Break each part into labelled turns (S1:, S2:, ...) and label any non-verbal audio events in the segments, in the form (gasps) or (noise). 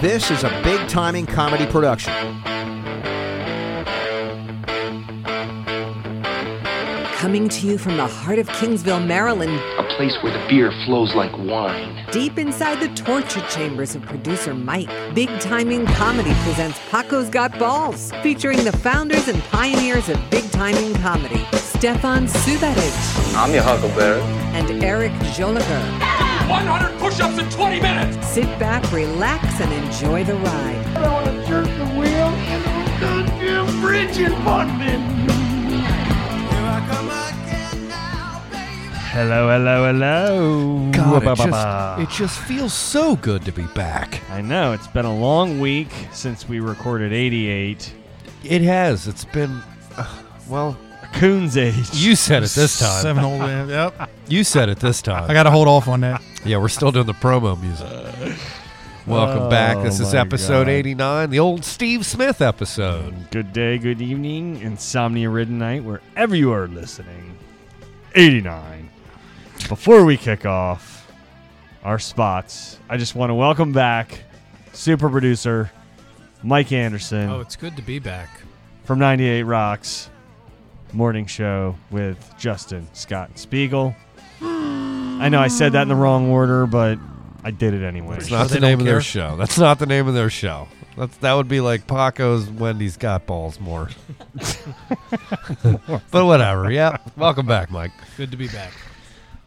S1: This is a big timing comedy production.
S2: Coming to you from the heart of Kingsville, Maryland,
S3: a place where the beer flows like wine.
S2: deep inside the torture chambers of producer Mike, Big Timing Comedy presents Paco's Got Balls, featuring the founders and pioneers of Big Timing Comedy, Stefan Subatic
S4: I'm your huckleberry.
S2: and Eric Joliger.
S5: 100 push-ups in 20 minutes.
S2: Sit back, relax, and enjoy the ride.
S6: Hello, hello, hello.
S7: God, it
S6: Ba-ba-ba-ba.
S7: just, it just feels so good to be back.
S6: I know, it's been a long week since we recorded 88.
S7: It has. It's been, uh, well,
S6: Coon's age.
S7: you said it this time.
S8: Seven whole.
S7: (laughs)
S8: Yep.
S7: You said it this time.
S8: I got to hold off on that.
S7: yeah, we're still doing the promo music. Welcome back. This
S6: Oh
S7: is
S6: my
S7: episode
S6: God.
S7: 89, the old Steve Smith episode.
S6: Good day, good evening, insomnia ridden night, wherever you are listening. 89. Before we kick off our spots, I just want to welcome back super producer Mike Anderson
S8: Oh, it's good to be back.
S6: from 98 Rocks morning show with Justin Scott
S8: (gasps)
S6: Spiegel. I know I said that in the wrong order, but I did it anyway.
S7: It's
S8: Sure
S7: not
S8: they
S7: the name
S8: don't
S7: of their
S8: care?
S7: show. That's not the name of their show. That's, that would be like Paco's Wendy's Got Balls more. (laughs) but whatever. Yeah. Welcome back, Mike.
S8: Good to be back.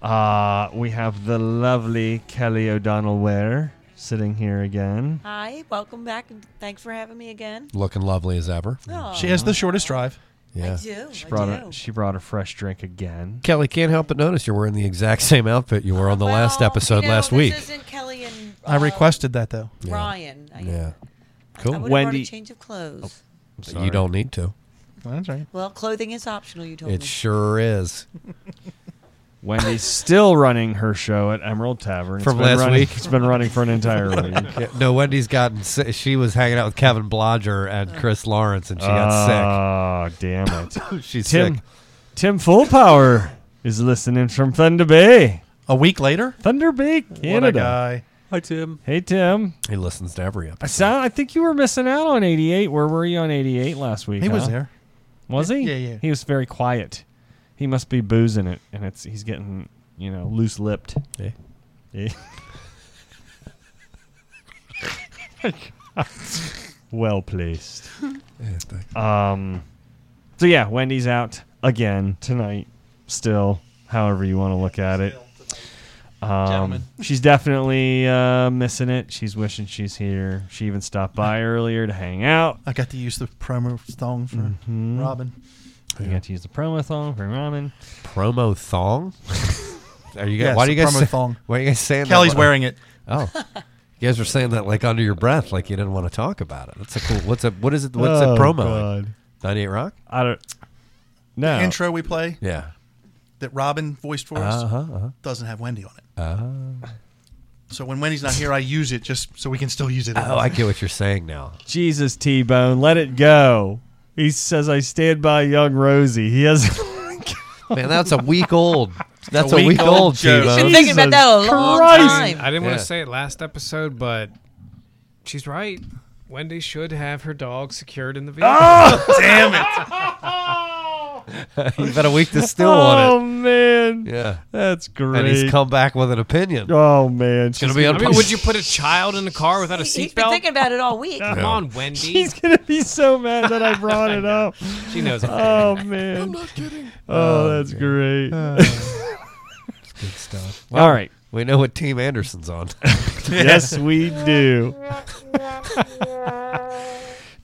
S6: Uh, we have the lovely Kelly O'Donnell Ware sitting here again.
S9: Hi, welcome back, and thanks for having me again.
S7: Looking lovely as ever.
S9: Oh,
S8: She has the shortest drive.
S7: Yeah.
S9: I do.
S6: She
S9: I
S6: brought
S9: do.
S6: a she brought a fresh drink again.
S7: Kelly can't help but notice you're wearing the exact (laughs) same outfit you wore on the last
S9: Well,
S7: episode
S9: you know,
S7: last
S9: this
S7: week.
S9: isn't Kelly and
S8: I
S9: uh,
S8: requested that though.
S9: Ryan. I,
S7: Yeah.
S9: I
S7: Cool.
S9: would have
S7: Oh,
S9: brought
S6: Wendy-
S9: a change of clothes.
S7: But
S6: sorry.
S7: you don't need to.
S8: That's right.
S9: Well, clothing is optional. You told
S7: It
S9: me.
S7: sure is.
S6: (laughs) Wendy's still running her show at Emerald Tavern It's
S7: From
S6: been
S7: last
S6: running-
S7: week.
S6: It's been running for an
S7: (laughs)
S6: entire week.
S7: Yeah, no, Wendy's gotten sick. She was hanging out with Kevin Blodger
S9: Uh.
S7: and Chris Lawrence, and she got
S6: Oh damn it!
S7: sick. (laughs) She's
S6: Tim
S7: sick.
S6: Tim Full Power is listening from Thunder Bay,
S8: A week later.
S6: Thunder Bay,
S8: What a
S6: Canada.
S8: guy. Hi Tim.
S6: Hey Tim,
S7: He listens to every
S6: I
S7: episode.
S6: sound. I think you were missing out on '88. Where were you on '88 last week?
S8: He was
S6: huh?
S8: there.
S6: Was he?
S8: Yeah, yeah.
S6: He was very quiet. He must be boozing it, and it's he's getting you know loose lipped.
S7: Yeah.
S6: well placed.
S7: Yeah, thank-
S6: Um, so yeah, Wendy's out again tonight. Still, however you want to look at it. Um,
S8: Gentlemen.
S6: she's definitely uh, missing it. She's wishing she's here. She even stopped
S8: (laughs)
S6: by earlier to hang out.
S8: I got to use the promo song for
S7: Mm-hmm.
S8: Robin.
S6: We got to use the promo song for ramen. (laughs)
S7: Promo thong. Are you guys?
S8: Yes,
S7: why do you
S8: a
S7: guys?
S8: promo
S7: say-
S8: thong.
S7: Why are you guys saying?
S8: Kelly's
S7: that?
S8: wearing it.
S7: Oh, you guys were saying that like under your breath, like you didn't want to talk about it. That's a cool. What's a what is it? What's
S6: Oh,
S7: a promo?
S6: God.
S7: Ninety eight Rock.
S6: I don't. No.
S8: Intro we play
S7: Yeah. (laughs)
S8: that Robin voiced for us
S7: Uh-huh, uh-huh.
S8: doesn't have Wendy on it. So when Wendy's not here, I use it just so we can still use it.
S7: Oh, I get what you're saying now.
S6: Jesus, T Bone, let it go. He says, I stand by young Rosie. He has. (laughs)
S7: Man, that's a week old. That's a,
S8: a week
S7: week, old,
S8: old
S7: T-Bone.
S8: joke.
S9: I've been thinking about that a long
S6: Christ.
S9: time.
S10: I didn't want
S7: Yeah.
S10: to say it last episode, but she's right. Wendy should have her dog secured in the vehicle.
S7: Oh,
S10: (laughs)
S7: (laughs) You've had a week to stew
S6: (laughs) oh,
S7: on
S6: man.
S7: it. Yeah.
S6: That's great.
S7: And he's come back with an opinion.
S6: Oh, man. She's
S7: gonna be
S10: I
S7: on-
S10: mean, would you put a child in the car without a
S9: He- He's been thinking
S10: seatbelt?
S9: about it all week.
S10: Come
S7: Yeah.
S10: on, Wendy.
S6: He's gonna be so mad that I brought it up.
S10: She knows. I'm kidding.
S6: Oh man! I'm not kidding. Oh, Uh, that's great.
S7: Good stuff.
S6: All right.
S7: We know what Team Anderson's on.
S6: (laughs) Yes,
S7: (laughs)
S6: we do. (laughs)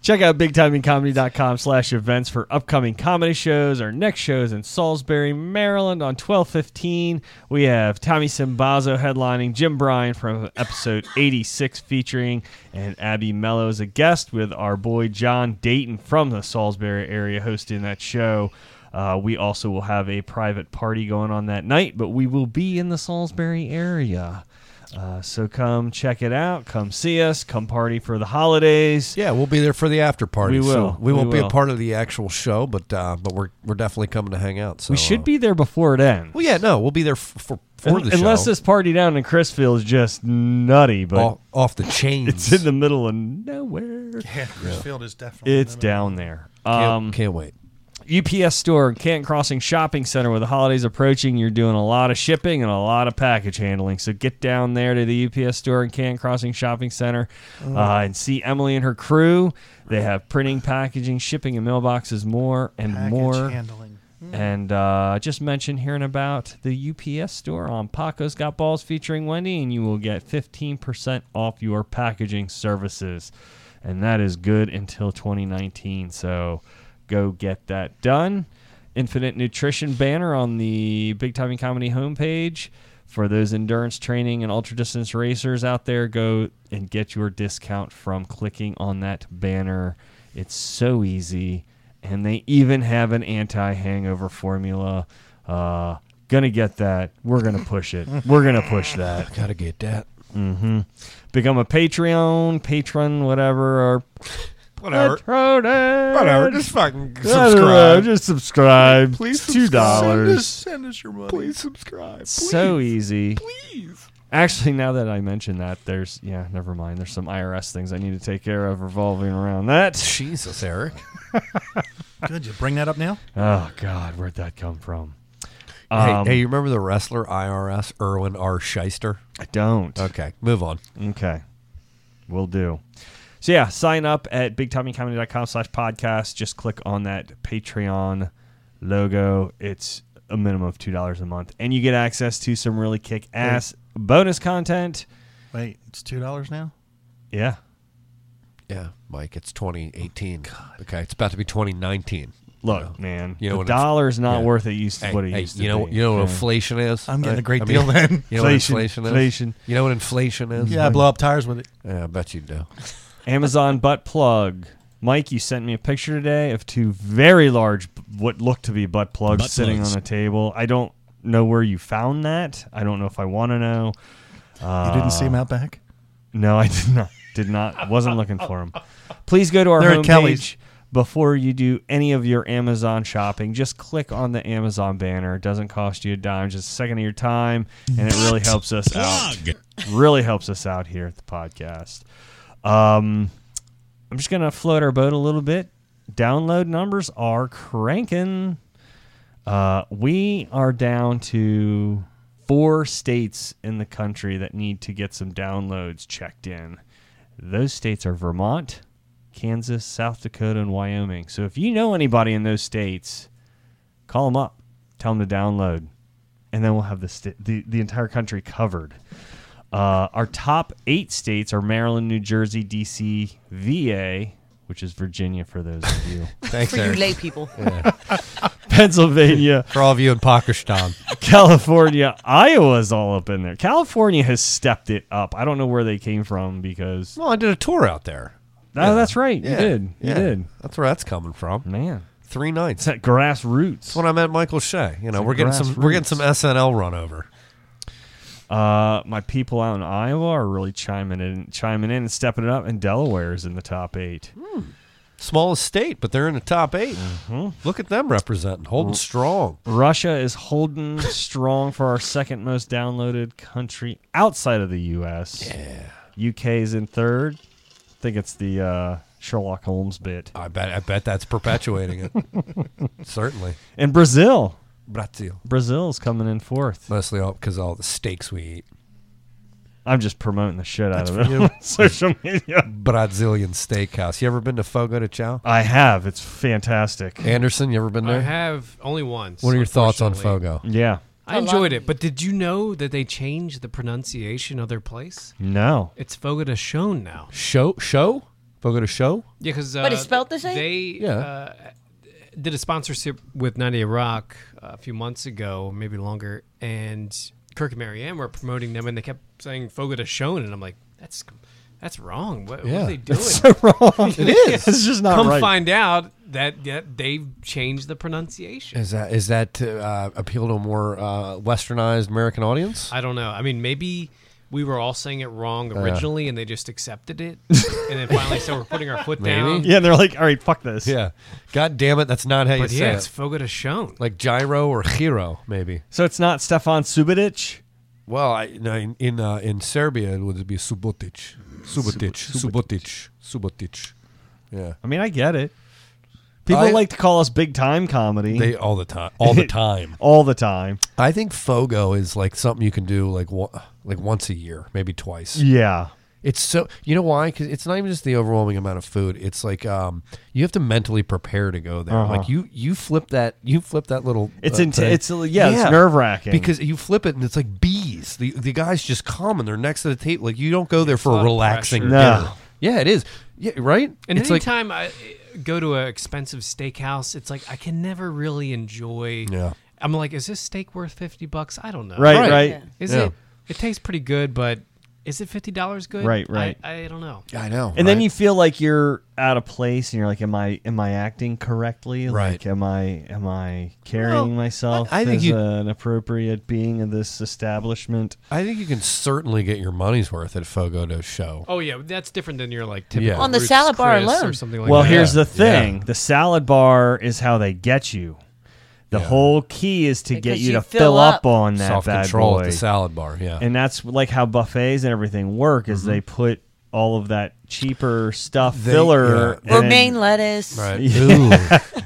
S6: Check out bigtimingcomedy.com slash events for upcoming comedy shows. Our next show is in Salisbury, Maryland on 1215. We have Tommy Simbazo headlining, Jim Bryan from episode 86 featuring, and Abby Mello as a guest with our boy John Dayton from the Salisbury area hosting that show. Uh, we also will have a private party going on that night, but we will be in the Salisbury area. Uh, so come check it out. Come see us. Come party for the holidays.
S7: Yeah, we'll be there for the after party.
S6: We will.
S7: So we,
S6: We
S7: won't be
S6: will.
S7: a part of the actual show, but uh, but we're we're definitely coming to hang out. So
S6: we
S7: uh,
S6: should be there before it ends.
S7: Well, yeah, no, we'll be there f- for for
S6: Un-
S7: the show.
S6: Unless this party down in Chrisville is just nutty, but
S7: off, off the
S6: (laughs)
S7: chains.
S6: it's in the middle of nowhere.
S8: Yeah, Chrisfield is definitely.
S6: It's down there.
S7: can't,
S6: Um,
S7: can't wait.
S6: UPS store, Canton Crossing Shopping Center, with the holidays approaching, you're doing a lot of shipping and a lot of package handling. So get down there to the UPS store in Canton Crossing Shopping Center
S7: Mm.
S6: uh, and see Emily and her crew. They have printing, packaging, shipping, and mailboxes, more and
S8: Package
S6: more.
S8: handling. Hmm.
S6: And uh, just mention hearing about the UPS store on Paco's Got Balls featuring Wendy, and you will get 15% off your packaging services. And that is good until 2019. So go get that done. Infinite Nutrition banner on the Big Timing Comedy homepage. For those endurance training and ultra distance racers out there, go and get your discount from clicking on that banner. It's so easy and they even have an anti-hangover formula. Uh, gonna get that. We're gonna push
S7: (laughs)
S6: it. We're gonna push that. Mm-hmm.
S7: Gotta get that.
S6: Hmm. Become a Patreon, patron, whatever, or
S7: Whatever.
S6: patronage.
S7: Whatever. Just fucking
S6: I don't know,
S7: subscribe.
S6: just subscribe.
S7: Please
S6: two dollars.
S8: Send us your money.
S7: Please subscribe.
S6: So easy. Please. Actually, now that I mention that, there's yeah, never mind. There's some IRS things I need to take care of revolving around that.
S7: Jesus,
S6: (laughs)
S7: Eric.
S8: Good. You bring that up now?
S6: Oh God, where'd that come from?
S7: Hey,
S6: Um,
S7: hey, you remember the wrestler IRS Erwin R. Shyster?
S6: I don't.
S7: Okay, move on.
S6: Okay. Will do. So yeah, sign up at bigtommycomedy.com slash podcast. Just click on that Patreon logo. It's a minimum of two dollars a month. And you get access to some really kick ass bonus content.
S8: Wait, it's two dollars now.
S6: Yeah. Oh,
S7: Yeah, Mike, it's 2018. Okay, it's about to be 2019.
S6: Look,
S8: Oh,
S6: man.
S7: You know
S6: the
S7: what it's-
S6: dollar's not
S7: yeah.
S6: worth it used to
S7: Hey,
S6: what it
S7: hey,
S6: used to
S7: you know,
S6: be.
S7: you know what
S6: Okay.
S7: inflation is.
S8: I'm getting
S7: I-
S8: a great
S7: I
S8: deal then.
S7: You know what
S6: Inflation,
S7: inflation is.
S6: inflation.
S7: You know what inflation is.
S8: Yeah, I blow up tires with it.
S7: Yeah, I bet you do.
S6: Amazon butt plug. Mike, you sent me a picture today of two very large, b- what looked to be butt plugs
S4: Butt
S6: sitting
S4: plugs.
S6: on a table. I don't know where you found that. I don't know if I want to know. Uh,
S8: You didn't see him out back?
S6: No, I did not. Did not. Wasn't looking for them. Please go to our
S8: They're at Kelly's.
S6: homepage before you do any of your Amazon shopping. Just click on the Amazon banner. It doesn't cost you a dime, just a second of your time, and it really helps us out.
S4: Plug.
S6: Really helps us out here at the podcast. Um, I'm just gonna float our boat a little bit. Download numbers are cranking. Uh, we are down to four states in the country that need to get some downloads checked in. Those states are Vermont, Kansas, South Dakota, and Wyoming. So if you know anybody in those states, call them up, tell them to download, and then we'll have the st- the, the entire country covered. Uh, our top eight states are Maryland, New Jersey, D.C., VA, which is Virginia for those of you,
S7: (laughs) Thanks,
S9: For you
S7: Eric.
S9: lay
S7: (laughs)
S9: people.
S10: (laughs)
S6: (laughs) Pennsylvania,
S7: For all of you in Pakistan,
S6: California, Iowa's all up in there. California has stepped it up. I don't know where they came from because
S7: well, I did a tour out there.
S6: Oh, that's right. You
S7: Yeah,
S6: did. You
S7: yeah.
S6: did.
S7: That's where that's coming from.
S6: Man,
S7: Three
S6: it's
S7: nights. That's
S6: that grassroots.
S7: when I met Michael Shea. You know,
S6: It's
S7: we're getting some we're getting
S6: grassroots.
S7: some SNL run over.
S6: Uh, my people out in Iowa are really chiming in, chiming in, and stepping it up. And Delaware is in the top eight.
S7: Hmm. Smallest state, but they're in the top 8 Look at them representing, holding strong.
S6: Mm-hmm. Russia is
S7: (laughs)
S6: holding strong for our second most downloaded country outside of the U.S. Yeah. UK is in third. I think it's the uh, Sherlock Holmes bit.
S7: I bet. I bet that's perpetuating it. (laughs)
S6: (laughs)
S7: Certainly,
S6: And Brazil,
S7: Brazil.
S6: Brazil's coming in fourth.
S7: Mostly all because all the steaks we eat,
S6: I'm just promoting the shit out of it on (laughs) social media.
S7: Brazilian steakhouse. You ever been to Fogo de Chao?
S6: I have. It's fantastic.
S7: Anderson, you ever been
S10: I
S7: there?
S10: have only once.
S7: What are your thoughts on
S10: unfortunately.
S7: Fogo?
S6: Yeah.
S10: I
S9: A lot
S10: enjoyed
S9: of-
S10: it, but did you know that they changed the pronunciation of their place?
S6: No.
S10: It's Fogo de Chão now.
S7: Show, show, Fogo de show.
S10: Yeah, because uh,
S9: But it's spelled the same?
S10: They
S7: Yeah.
S10: uh, did a sponsorship with 98 Rock a few months ago, maybe longer, and Kirk and Marianne were promoting them, and they kept saying Fogo de Shone, and I'm like, that's that's wrong. What, what
S7: Yeah.
S10: are they doing?
S11: (laughs)
S10: (laughs)
S6: wrong. It is. it's just not
S10: Come
S6: right.
S10: find out that, that they've changed the pronunciation.
S7: Is that is that to uh, appeal to a more uh, westernized American audience?
S10: I don't know. I mean, maybe we were all saying it wrong originally, and they just accepted it, and then finally, so we're putting our
S7: (laughs)
S10: foot down.
S6: Yeah, and they're like, all right, fuck this.
S7: Yeah. God damn it, that's not how you
S10: But
S7: say
S10: yeah,
S7: it.
S10: it's Fogo de Shown.
S7: like gyro or hero, maybe.
S6: So it's not Stefan Subotic.
S7: Well, I, no, in in, uh, in Serbia it would be Subotic, Subotic, Subotic, Subotic. Yeah,
S6: I mean, I get it. People
S7: I-
S6: like to call us big time comedy (laughs)
S7: they all the time, all the time.
S6: all the time.
S7: I think Fogo is like something you can do like wa- like once a year, maybe twice.
S6: Yeah.
S7: It's so you know why? Because it's not even just the overwhelming amount of food. It's like um, you have to mentally prepare to go there. Like you you flip that you flip that little.
S6: Uh-huh. It's
S7: uh,
S6: int-
S7: thing.
S6: it's, uh, yeah, it's nerve-wracking.
S7: because you flip it and it's like bees. The the guys just come and they're next to the table. Like you don't go there
S10: a
S7: for
S10: lot
S7: a
S10: of
S7: relaxing.
S10: pressure.
S6: No.
S7: dinner. Yeah, it is. Yeah, right.
S10: And
S7: it's like
S10: anytime I go to an expensive steakhouse, it's like I can never really enjoy.
S7: Yeah.
S10: I'm like, is this steak worth fifty bucks? I don't know.
S6: Right, right.
S7: Right.
S10: Is
S7: Yeah.
S10: it? It tastes pretty good, but is it fifty dollars good?
S6: Right, right.
S10: I, I don't know.
S7: I know.
S6: And then
S7: right?
S6: you feel like you're out of place and you're like, Am I am I acting correctly?
S7: Right.
S6: Like am I am I carrying myself
S7: I- I think
S6: as
S7: you-
S6: an appropriate being in this establishment?
S7: I think you can certainly get your money's worth at Fogo to show.
S10: Oh yeah, that's different than your like typical
S7: Yeah. On
S9: the
S10: Ruth's
S9: salad bar
S10: Chris
S9: alone.
S10: or something like
S6: well,
S10: that.
S6: here's
S7: Yeah.
S6: the thing. The salad bar is how they get you. The whole key is to get
S9: Because
S6: you,
S9: you
S6: to
S9: fill
S6: fill
S9: up.
S6: up on that
S7: Self
S6: bad
S7: control
S6: boy.
S7: at the salad bar. Yeah. Mm-hmm.
S6: and that's like how buffets and everything work is they put all of that cheaper stuff
S7: They- yeah.
S6: filler and
S9: romaine lettuce.
S6: (laughs)
S7: Right. Ooh.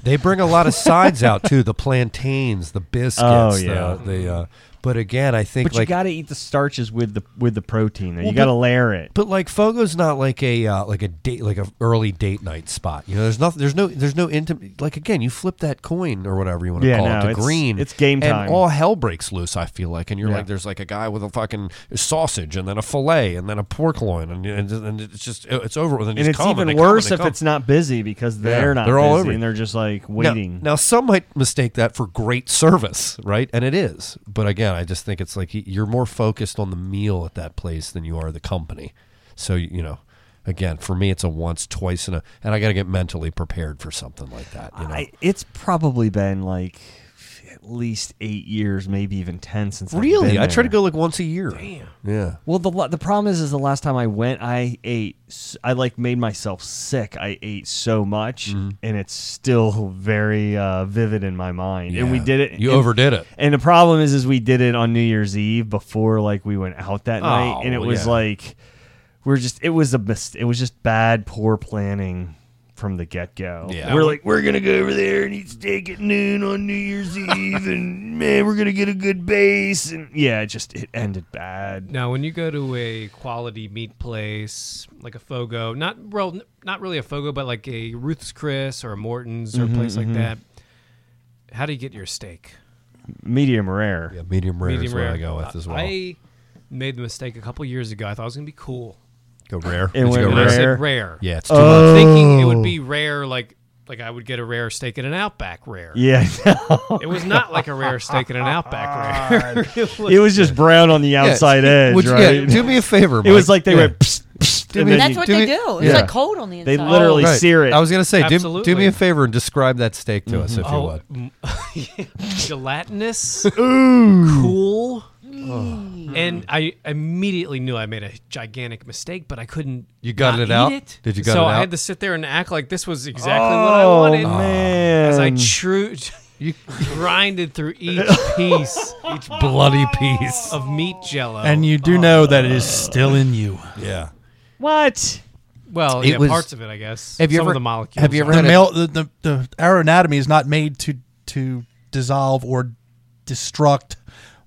S7: they bring a lot of sides out too. The plantains, the biscuits.
S6: Oh, yeah.
S7: The, the, uh, but again, I think
S6: but you
S7: like
S6: got to eat the starches with the with the protein. Though.
S7: Well,
S6: you got to
S7: but-
S6: layer it.
S7: But like Fogo's not like a uh, like a date like a early date night spot. You know, there's nothing. There's no. There's no intimate. Like again, you flip that coin or whatever you want to
S6: Yeah,
S7: call
S6: no,
S7: it to
S6: it's-
S7: green.
S6: it's game time.
S7: And all hell breaks loose. I feel like, and you're
S6: Yeah.
S7: like, there's like a guy with a fucking sausage, and then a fillet, and then a pork loin, and and, and it's just uh, it's over with. And,
S6: and
S7: he's
S6: it's
S7: come,
S6: even
S7: they come,
S6: worse
S7: they
S6: if
S7: come.
S6: it's not busy because they're not
S7: they're all
S6: busy
S7: over you.
S6: and they're just like
S7: Now-
S6: waiting.
S7: Now, some might mistake that for great service, right? And it is. But again, I just think it's like y- you're more focused on the meal at that place than you are the company. So, you you know, again, for me, it's a once, twice, and a, and I got to get mentally prepared for something like that, you know?
S6: I, it's probably been like at least eight years, maybe even ten since. I've
S7: really?
S6: been
S7: I try to
S6: there.
S7: go like once a year. Yeah.
S6: Well, the lo- the problem is, is the last time I went, I ate, s- I like made myself sick. I ate so much,
S7: Mm-hmm.
S6: and it's still very uh, vivid in my mind. And we
S7: Yeah.
S6: did it.
S7: You
S6: and-
S7: overdid it.
S6: And the problem is, is we did it on New Year's Eve before like we went out that night, and it
S7: Oh,
S6: was
S7: yeah.
S6: like we're just it was a mis- it was just bad, poor planning from the get go.
S7: Yeah.
S6: we're like we're gonna go over there and eat steak at noon on New Year's Eve, and man, we're gonna get a good base, and yeah, it just it ended bad.
S10: Now, when you go to a quality meat place like a Fogo, not well, n- not really a Fogo, but like a Ruth's Chris or a Morton's
S6: Mm-hmm,
S10: or a place like that, how do you get your steak?
S6: Medium rare.
S7: Yeah, medium rare
S10: Medium
S7: is
S10: rare.
S7: what I go with as well.
S10: I made the mistake a couple years ago. I thought it was gonna be cool.
S7: go rare.
S6: It
S7: Did you
S6: went Oh.
S7: go
S10: And
S6: rare.
S10: I said rare.
S7: Yeah, it's too much.
S10: Thinking it would be rare, like like I would get a rare steak at an Outback rare.
S6: Yeah,
S10: It was not like a rare steak at an Outback
S6: (laughs)
S10: rare. (laughs) It was-
S6: it was just brown on the outside
S7: Yeah,
S6: edge,
S7: which-
S6: right?
S7: Yeah, do me a favor.
S6: it was
S7: Mike.
S6: like they
S7: Yeah.
S6: went. Psst, psst, and
S7: me-
S6: then
S9: That's
S6: you-
S9: what
S7: Do
S9: they
S7: it-
S9: do. It's
S7: yeah. Oh,
S9: like cold on the inside.
S6: They literally sear it.
S7: I was gonna say, do, do me
S10: Absolutely.
S7: a favor and describe that steak to us if
S6: Oh.
S7: you would.
S10: Mm-hmm. Oh, (laughs) gelatinous, cool. And I immediately knew I made a gigantic mistake, but I couldn't.
S7: You gutted
S10: not
S7: it out?
S10: eat It.
S7: Did you gut
S10: so
S7: it
S10: I
S7: out? Oh,
S10: had to sit there and act like this was exactly what I wanted. As I
S6: man.
S7: Mm.
S10: (laughs) true
S7: You
S10: grinded through
S7: (laughs)
S10: each piece
S7: each bloody piece.
S10: of meat jello.
S4: And you do know that it is still in you.
S7: Yeah.
S6: What?
S10: well,
S7: It
S10: yeah,
S7: was-
S10: parts of it, I guess.
S7: Have you
S10: Some
S7: ever-
S10: of the molecules.
S7: have you ever
S10: are.
S8: The
S7: had a-
S8: male, the, the, the our anatomy is not made to to dissolve or destruct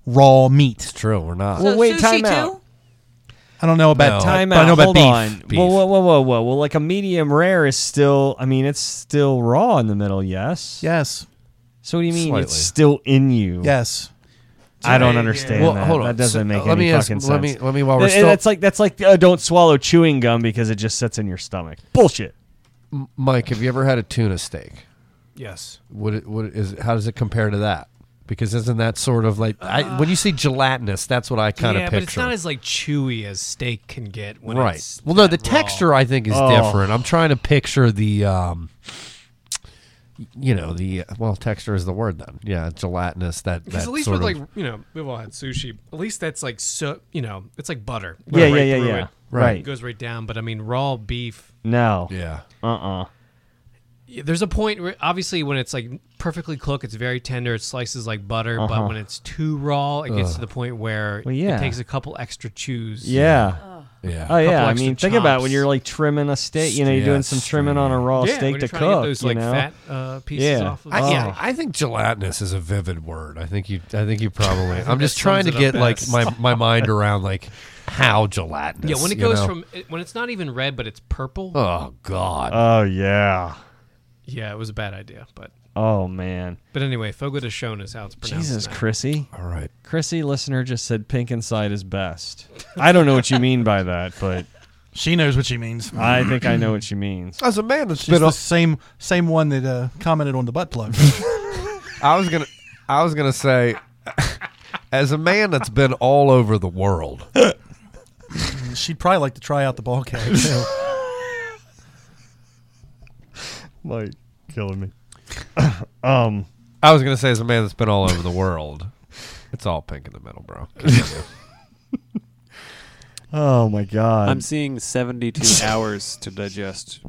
S8: raw meat.
S7: True, we're not.
S9: So
S6: wait,
S9: sushi
S6: time
S9: too?
S6: out.
S8: I don't know about
S7: No.
S8: time,
S6: Oh, Time
S8: but I
S6: out.
S8: know about
S6: Hold
S8: beef.
S6: on.
S7: Beef.
S6: Whoa, whoa, whoa, whoa, whoa. Well, like a medium rare is still. I mean, it's still raw in the middle. Yes.
S8: Yes,
S6: So what do you mean? It's
S7: Slightly.
S6: still in you.
S8: yes.
S6: I don't understand
S7: Well,
S6: that.
S7: hold on.
S6: That doesn't
S7: So,
S6: make
S7: uh,
S6: any
S7: let me ask-
S6: fucking sense.
S7: let me- let me- while we're
S6: And- and
S7: still-
S6: That's like that's like uh, don't swallow chewing gum because it just sits in your stomach. Bullshit.
S7: Mike, have you ever had a tuna steak?
S10: Yes.
S7: What it, what is how does it compare to that? Because isn't that sort of like I, when you see gelatinous, that's what I kind of
S10: yeah,
S7: picture.
S10: but it's not as like chewy as steak can get when
S7: right.
S10: it's
S7: Well, no,
S10: that
S7: the
S6: Oh.
S10: raw.
S7: texture I think is different. I'm trying to picture the um you know the well texture is the word then yeah gelatinous that that
S10: Because at least
S7: sort
S10: with like
S7: of,
S10: you know we've all had sushi. At least that's like so you know it's like butter.
S6: Yeah,
S10: Right
S6: yeah, yeah,
S10: through
S6: yeah.
S10: It.
S6: Right.
S10: It goes right down. But I mean raw beef.
S6: No.
S7: yeah
S6: Uh-uh.
S10: Yeah, There's a point where obviously when it's like perfectly cooked, it's very tender. It slices like butter. But when it's too raw, it gets to the point where
S6: Uh-huh. Well, yeah.
S10: it takes a couple extra chews.
S6: Yeah.
S7: yeah
S6: Oh yeah, I
S10: extra
S6: mean, think about when
S10: chops.
S6: you're like trimming a steak. You know, you're
S7: Yeah,
S6: doing some
S7: it's-
S6: trimming on a raw
S10: Yeah, when
S6: steak to
S10: you're
S6: cook.
S10: trying to get those
S6: you
S10: like
S6: know?
S10: fat uh, pieces
S6: Yeah.
S10: off. Of
S7: I,
S10: it.
S7: yeah, Oh. I think gelatinous is a vivid word. I think you. I think you probably.
S10: (laughs)
S7: I'm just trying to
S10: sums it
S7: get
S10: up
S7: like
S10: best.
S7: my, my mind around like how gelatinous.
S10: Yeah, when it
S7: you
S10: goes
S7: know?
S10: from it- when it's not even red but it's purple.
S7: oh god,
S6: Oh yeah.
S10: Yeah, it was a bad idea, but
S6: Oh man.
S10: but anyway, Fogo de Chão is how it's pronounced.
S6: Jesus,
S10: now.
S6: Chrissy.
S7: all right,
S6: Chrissy, listener just said pink inside is best. I don't know what you mean by that,
S7: (laughs)
S6: but
S8: She knows what she means.
S6: I think I know what she means.
S7: as a man, it's
S8: She's the same same one that uh, commented on the butt
S7: (laughs)
S8: plug.
S7: I was gonna, I was gonna say, (laughs) as a man that's been all over the world,
S8: She'd probably like to try out the ball cap. too.
S6: Like killing me. (coughs) Um,
S7: I was gonna say, as a man that's been all over the world, it's all pink in the middle, bro.
S6: (laughs) Oh my god.
S11: I'm seeing
S6: (laughs)
S11: 72 hours to digest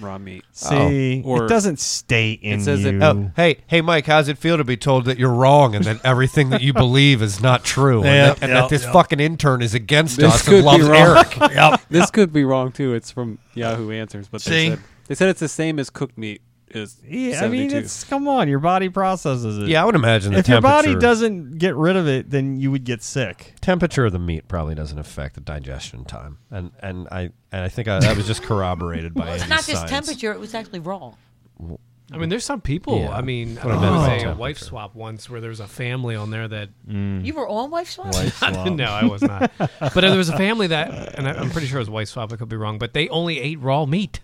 S11: raw meat.
S6: See,
S11: Or-
S6: it doesn't stay in
S11: says it-
S6: you.
S7: Oh, hey, hey, Mike, how's it feel to be told that you're wrong and that everything
S6: (laughs)
S7: that you believe is not true, and,
S8: Yeah,
S7: that, and
S8: yeah,
S7: that this
S8: yeah.
S7: fucking intern is against
S11: This
S7: us
S11: could
S7: and
S11: be
S7: loves
S11: wrong. (laughs)
S7: Eric?
S6: (laughs)
S7: (laughs)
S11: This could be wrong too. It's from Yahoo Answers, but they
S8: See?
S11: said they said it's the same as cooked meat is
S6: yeah, I
S11: 72.
S6: mean, it's come on. Your body processes it.
S7: Yeah, I would imagine the
S6: If your
S7: temperature.
S6: body doesn't get rid of it, then you would get sick.
S7: temperature of the meat probably doesn't affect the digestion time, and and I and I think I, that was just corroborated by.
S9: It's
S7: Andy's
S9: not just
S7: science.
S9: temperature; it was actually raw.
S10: I mean, there's some people.
S7: Yeah.
S10: I mean, I
S7: What I
S10: don't
S7: meant
S10: know,
S7: was
S10: I was
S7: the
S10: a wife
S7: temperature.
S10: swap once where there was a family on there that.
S9: You were on wife swap.
S10: no, (laughs) I was not. But uh, there was a family that, and I, I'm pretty sure it was wife swap. I could be wrong, but they only ate raw meat.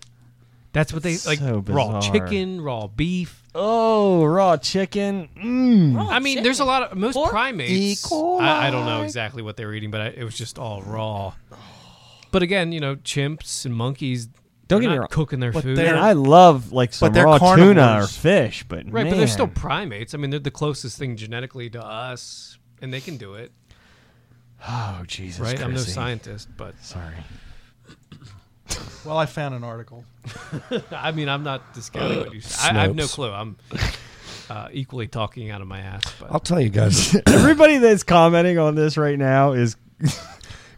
S10: That's what they like:
S6: So
S10: raw
S6: bizarre.
S10: chicken, raw beef.
S6: Oh, raw chicken. Mm.
S9: Raw
S10: I mean,
S9: chicken.
S10: there's a lot of most
S9: Oh, Pork?
S10: primates. I, I don't know exactly what they were eating, but I, it was just all raw. But again, you know, chimps and monkeys. they're
S6: Don't get me
S10: not
S6: wrong.
S10: cooking their
S8: But
S10: food.
S8: they're-
S6: And I love like some
S8: they're
S6: raw tuna or
S8: carnivores.
S6: fish, but
S10: right, but they're still
S6: man.
S10: primates. I mean, they're the closest thing genetically to us, and they can do it.
S6: Oh Jesus,
S10: right? I'm no
S6: Chrissy.
S10: scientist, but (laughs)
S6: Sorry.
S8: well, I found an article.
S10: I mean, I'm not discounting what you said. I, I have no
S7: Snopes.
S10: clue. I'm uh, equally talking out of my ass. But
S7: I'll tell you (laughs) guys.
S6: (laughs) Everybody that's commenting on this right now is (laughs)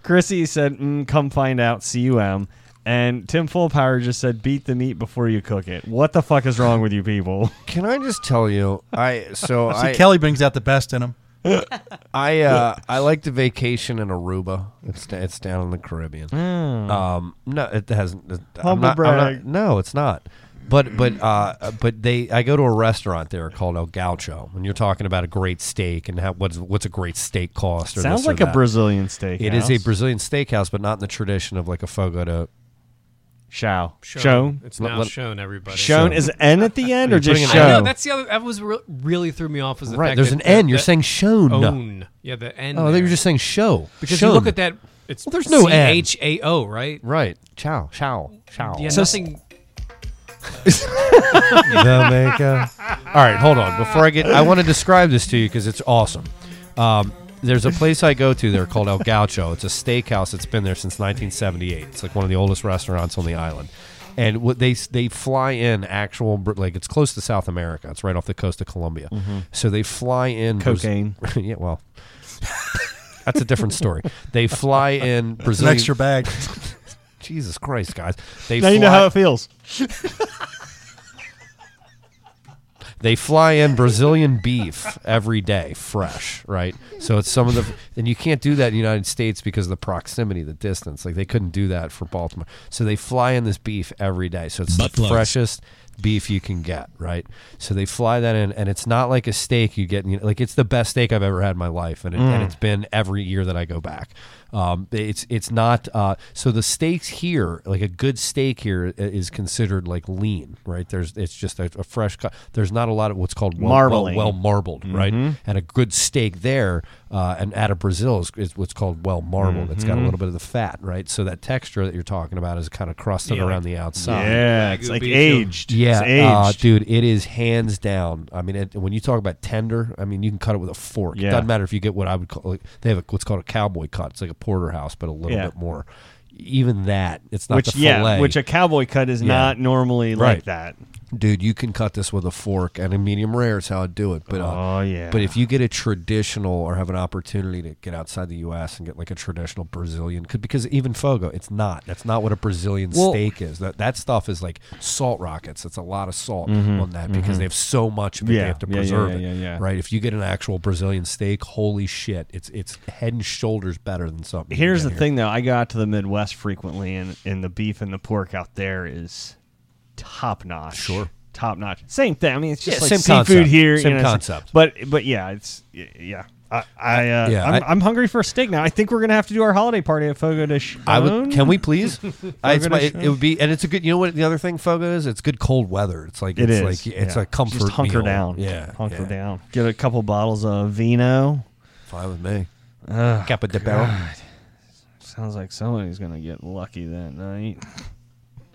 S6: Chrissy said, mm, "Come find out." CUM. And Tim Fullpower just said, "Beat the meat before you cook it." What the fuck is wrong with you people?
S7: Can I just
S6: (laughs)
S7: tell you? I
S8: (laughs)
S7: so
S8: See,
S7: I
S8: Kelly brings out the best in him.
S7: (laughs) I uh, I like to vacation in Aruba. It's it's down in the Caribbean. Um, no, it hasn't. it- I'm
S6: Hmm. Humble
S7: not, I'm not-
S6: brag.
S7: no, it's not. But but uh, but they I go to a restaurant there called El Gaucho, and you're talking about a great steak and how what's what's a great steak cost? Or this
S6: Sounds
S7: or
S6: like a
S7: that.
S6: Brazilian steak.
S7: It is a Brazilian steakhouse, but not in the tradition of like a fogo de.
S6: show.
S10: shown.
S6: Shown.
S10: It's
S7: Let-
S10: now
S7: let-
S10: shown, everybody.
S6: Shown is n at the end or just
S7: putting an
S10: I know
S6: show?
S10: that's the other. That was re- really threw me off. Was the
S7: Right,
S10: fact
S7: there's
S10: that-
S7: an N. You're
S10: that-
S7: saying shown.
S10: own. Yeah, the N.
S7: Oh, they
S10: there.
S7: were just saying show.
S10: because
S7: shown.
S10: you look at that. It's
S7: Well, there's no N.
S10: (laughs) H A O, right?
S7: Right. Chow. Chow. Chow.
S10: Yeah, nothing.
S7: Jamaica. (laughs) All right, hold on. Before I get, I want to describe this to you because it's awesome. Um, there's a place I go to there called El Gaucho. It's a steakhouse that's been there since 1978. It's like one of the oldest restaurants on the island. And what they they fly in actual Br- like it's close to South America. It's right off the coast of Colombia.
S8: Mm-hmm.
S7: So they fly in Braz-
S6: Cocaine.
S7: (laughs) yeah, well, that's a different story. They fly in
S8: It's an
S7: Brazil.
S8: extra bag.
S7: (laughs) Jesus Christ, guys! They
S6: Now you know
S7: fly-
S6: how it feels.
S7: They fly in Brazilian beef every day, fresh, right? So it's some of the, and you can't do that in the United States because of the proximity, the distance. Like they couldn't do that for Baltimore. So they fly in this beef every day. So it's the freshest beef you can get, right? So they fly that in, and it's not like a steak you get, you know, like it's the best steak I've ever had in my life, and, it, and it's been every year that I go back. Um, it's it's not uh, so the steaks here, like a good steak here, i- is considered like lean, right? There's it's just a, a fresh cut. There's not a lot of what's called well, well,
S6: Marbling.
S7: well marbled, right? And a good steak there Uh, and out of Brazil is, is what's called well marbled. It's got a
S6: Mhm.
S7: little bit of the fat, right? So that texture that you're talking about is kind of crusted
S6: Yeah, like-
S7: around the outside.
S6: Yeah, it's like aged.
S7: Yeah,
S6: It's aged.
S7: uh, dude, it is hands down. I mean, it, when you talk about tender, I mean, you can cut it with a fork. It
S6: Yeah.
S7: doesn't matter if you get what I would call like, they have a, what's called a cowboy cut. It's like a porterhouse, but a little
S6: Yeah.
S7: bit more. Even that, it's not
S6: which
S7: the
S6: yeah,
S7: fillet.
S6: which a cowboy cut is
S7: Yeah.
S6: not normally like
S7: Right.
S6: that.
S7: dude, you can cut this with a fork, and a medium rare is how I do it. But uh,
S6: Oh, yeah.
S7: But if you get a traditional or have an opportunity to get outside the U.S. and get like a traditional Brazilian, cause, because even fogo, it's not. That's not what a Brazilian
S6: Well-
S7: steak is. That that stuff is like salt rockets. It's a lot of salt
S6: Mhm,
S7: on that because
S6: mhm.
S7: they have so much of it.
S6: Yeah,
S7: They have to
S6: yeah, yeah,
S7: preserve
S6: yeah,
S7: it.
S6: yeah, yeah.
S7: Right. If you get an actual Brazilian steak, holy shit, it's it's head and shoulders better than something. you can
S6: Here's
S7: get
S6: the
S7: here.
S6: thing, though. I go out to the Midwest frequently, and, and the beef and the pork out there is top notch.
S7: Sure.
S6: top notch. Same thing. I mean, it's just
S7: Yeah,
S6: like
S7: same
S6: seafood
S7: concept.
S6: here. you
S7: Same
S6: know, it's-
S7: concept.
S6: But but yeah, it's y- yeah. I, I uh,
S7: Yeah,
S6: I'm,
S7: I-
S6: I, am hungry for a steak now. I think we're gonna have to do our holiday party at Fogo de Chão.
S7: I would. Can
S6: (laughs)
S7: we please? I, it's
S6: Fogo
S7: my,
S6: de
S7: it, it would be, and it's a good. You know what? The other thing, Fogo is it's good cold weather. It's like
S6: It
S7: it's
S6: is.
S7: like it's
S6: yeah.
S7: a comfort.
S6: Just hunker
S7: meal.
S6: down.
S7: Yeah,
S6: hunker
S7: yeah.
S6: down. Get a couple bottles of vino.
S7: Fine with me.
S6: Ugh,
S7: Capa de barrel.
S6: God. Sounds like somebody's gonna get lucky that night.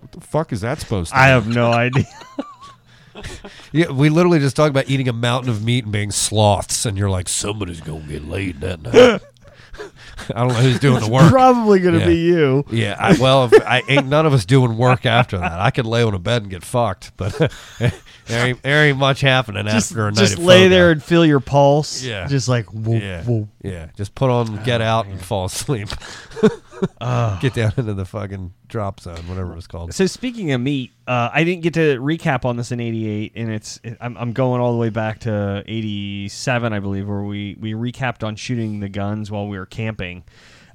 S7: What the fuck is that supposed to?
S6: I have
S7: (laughs)
S6: no idea.
S7: be? Yeah, we literally just talked about eating a mountain of meat and being sloths, and you're like, somebody's gonna get laid that night. (laughs) I don't know who's doing the work.
S6: Probably gonna
S7: Yeah.
S6: be you.
S7: Yeah, I, well, if I ain't none of us doing work after that. I could lay on a bed and get fucked, but (laughs) there ain't, there ain't much happening after a night.
S6: just
S7: at
S6: lay
S7: Fogo.
S6: there and feel your pulse.
S7: Yeah.
S6: Just like whoop,
S7: Yeah.
S6: whoop.
S7: Yeah. Just put
S6: Oh,
S7: on get out and fall
S6: (laughs)
S7: asleep. get down into the fucking drop zone, whatever it was called.
S6: So speaking of meat, uh, I didn't get to recap on this in '88, and it's it, I'm, I'm going all the way back to '87, I believe, where we we recapped on shooting the guns while we were camping,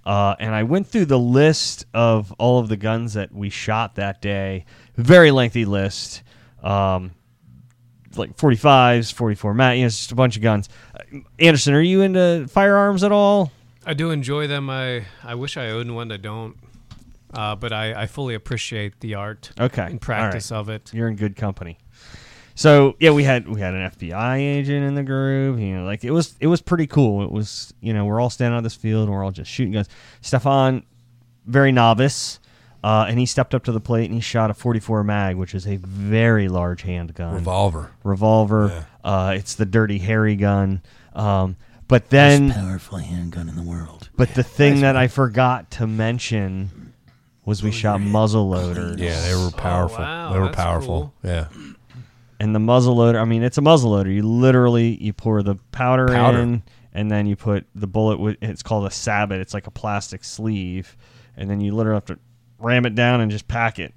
S6: uh, and I went through the list of all of the guns that we shot that day. Very lengthy list. Um, like 45s, 44 Matt, you know, it's just a bunch of guns. Uh, Anderson, are you into firearms at all?
S10: I do enjoy them. I I wish I owned one. I don't. Uh, but I, I fully appreciate the art
S6: Okay.
S10: and practice of it.
S6: You're in good company. So yeah, we had we had an FBI agent in the group. You know, like it was it was pretty cool. It was you know we're all standing on this field and we're all just shooting guns. Stefan, very novice, uh, and he stepped up to the plate and he shot a 44 mag, which is a very large handgun
S7: Revolver.
S6: revolver. Uh, it's the dirty Harry gun. Um, but then
S12: powerful handgun in the world.
S6: but the thing that I forgot to mention was we shot muzzle loaders.
S7: Yeah, they were powerful.
S10: Oh, wow,
S7: they were
S10: that's
S7: powerful. Yeah.
S6: and the muzzle loader i mean it's a muzzle loader you literally you pour the powder,
S7: Powder.
S6: in and then you put the bullet with it's called a sabot it's like a plastic sleeve and then you literally have to ram it down and just pack it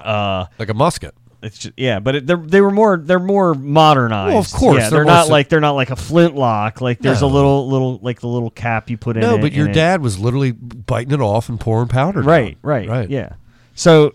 S6: uh
S7: Like a musket.
S6: it's just, yeah but it, they're, they were more they're more modernized
S7: Well, of course,
S6: yeah,
S7: they're
S6: they're,
S7: more
S6: not
S7: so-
S6: like they're not like a flintlock like there's a
S7: No.
S6: little little like the little cap you put in
S7: No,
S6: it
S7: but your
S6: and it-
S7: dad was literally biting it off and pouring powder. down.
S6: Right, right,
S7: Right.
S6: Yeah. So,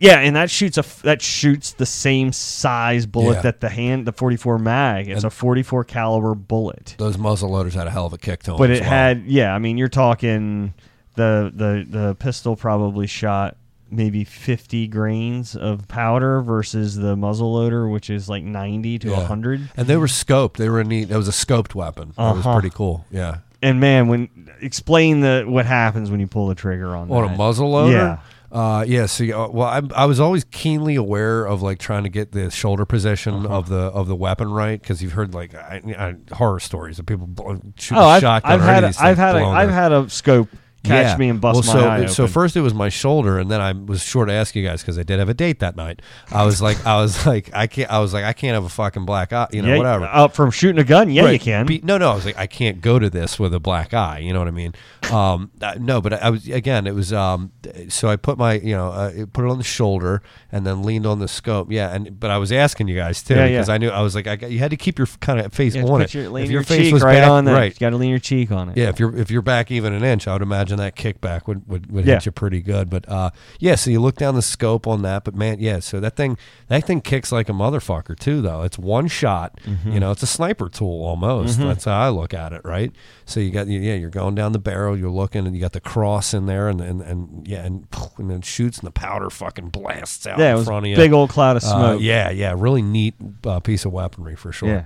S6: yeah, and that shoots a f- that shoots the same size bullet
S7: Yeah.
S6: that the hand the 44 mag. It's
S7: And-
S6: a 44 caliber bullet,
S7: Those muzzle loaders had a hell of a kick to them.
S6: but
S7: as
S6: it
S7: well.
S6: had yeah. I mean, you're talking the the the pistol probably shot maybe 50 grains of powder versus the muzzle loader, which is like 90 to
S7: Yeah.
S6: 100.
S7: And they were scoped. They were neat. That was a scoped weapon. That was
S6: Uh-huh.
S7: pretty cool. Yeah.
S6: And man, when explain the what happens when you pull the trigger on
S7: on
S6: that.
S7: a muzzle loader.
S6: Yeah.
S7: Uh, yeah. So, uh, well, I, I was always keenly aware of like trying to get the shoulder position
S6: Uh-huh.
S7: of the of the weapon right because you've heard like I, I, horror stories of people bl- shooting
S6: Oh, I've,
S7: shotgun.
S6: I've
S7: or
S6: had
S7: any
S6: a,
S7: of these
S6: I've
S7: things
S6: had a,
S7: blown
S6: I've
S7: up.
S6: had a scope catch
S7: Yeah.
S6: me and bust
S7: well,
S6: my
S7: so,
S6: eye
S7: So
S6: open.
S7: first it was my shoulder, and then I was sure to ask you guys because I did have a date that night. I was like, I was (laughs) like, I can't. I was like, I can't have a fucking black eye. You know,
S6: yeah,
S7: whatever.
S6: uh, from shooting a gun, yeah, you
S7: Right.
S6: can.
S7: Be- no, no. I was like, I can't go to this with a black eye. You know what I mean? Um, uh, no, but I, I was again. It was um, th- so I put my you know uh, it- put it on the shoulder and then leaned on the scope. Yeah, and but I was asking you guys too
S6: Yeah, yeah.
S7: because I knew I was like I got, you had to keep your kind of face
S6: You have to
S7: on
S6: put
S7: it.
S6: your-
S7: If
S6: lean your cheek right
S7: back-
S6: on that.
S7: right.
S6: You got to lean your cheek on it.
S7: Yeah, if you're if you're back even an inch, I would imagine that kickback would would, would
S6: Yeah.
S7: hit you pretty good. But uh, yeah, so you look down the scope on that, but man, yeah, so that thing that thing kicks like a motherfucker too, though. It's one shot,
S6: Mm-hmm.
S7: you know, it's a sniper tool almost. That's how I look at it, right? So you got yeah, you're going down the barrel, you're looking, and you got the cross in there, and and, and yeah, and and then shoots, and the powder fucking blasts out
S6: Yeah,
S7: in
S6: it was
S7: front of you.
S6: big old cloud of
S7: Uh,
S6: smoke.
S7: yeah, yeah, really neat uh, piece of weaponry for sure.
S6: Yeah.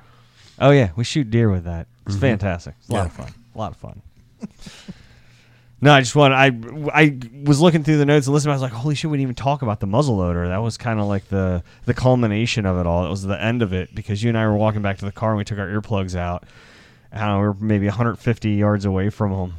S6: Oh yeah, we shoot deer with that. It's
S7: Mm-hmm.
S13: Mhm.
S6: fantastic. It's a lot of
S13: Yeah.
S6: fun. A lot of fun. no, I just want I I was looking through the notes and listening. I was like, holy shit, we didn't even talk about the muzzle loader. That was kind of like the the culmination of it all. It was the end of it because you and I were walking back to the car and we took our earplugs out. I don't know, we were maybe 150 yards away from him,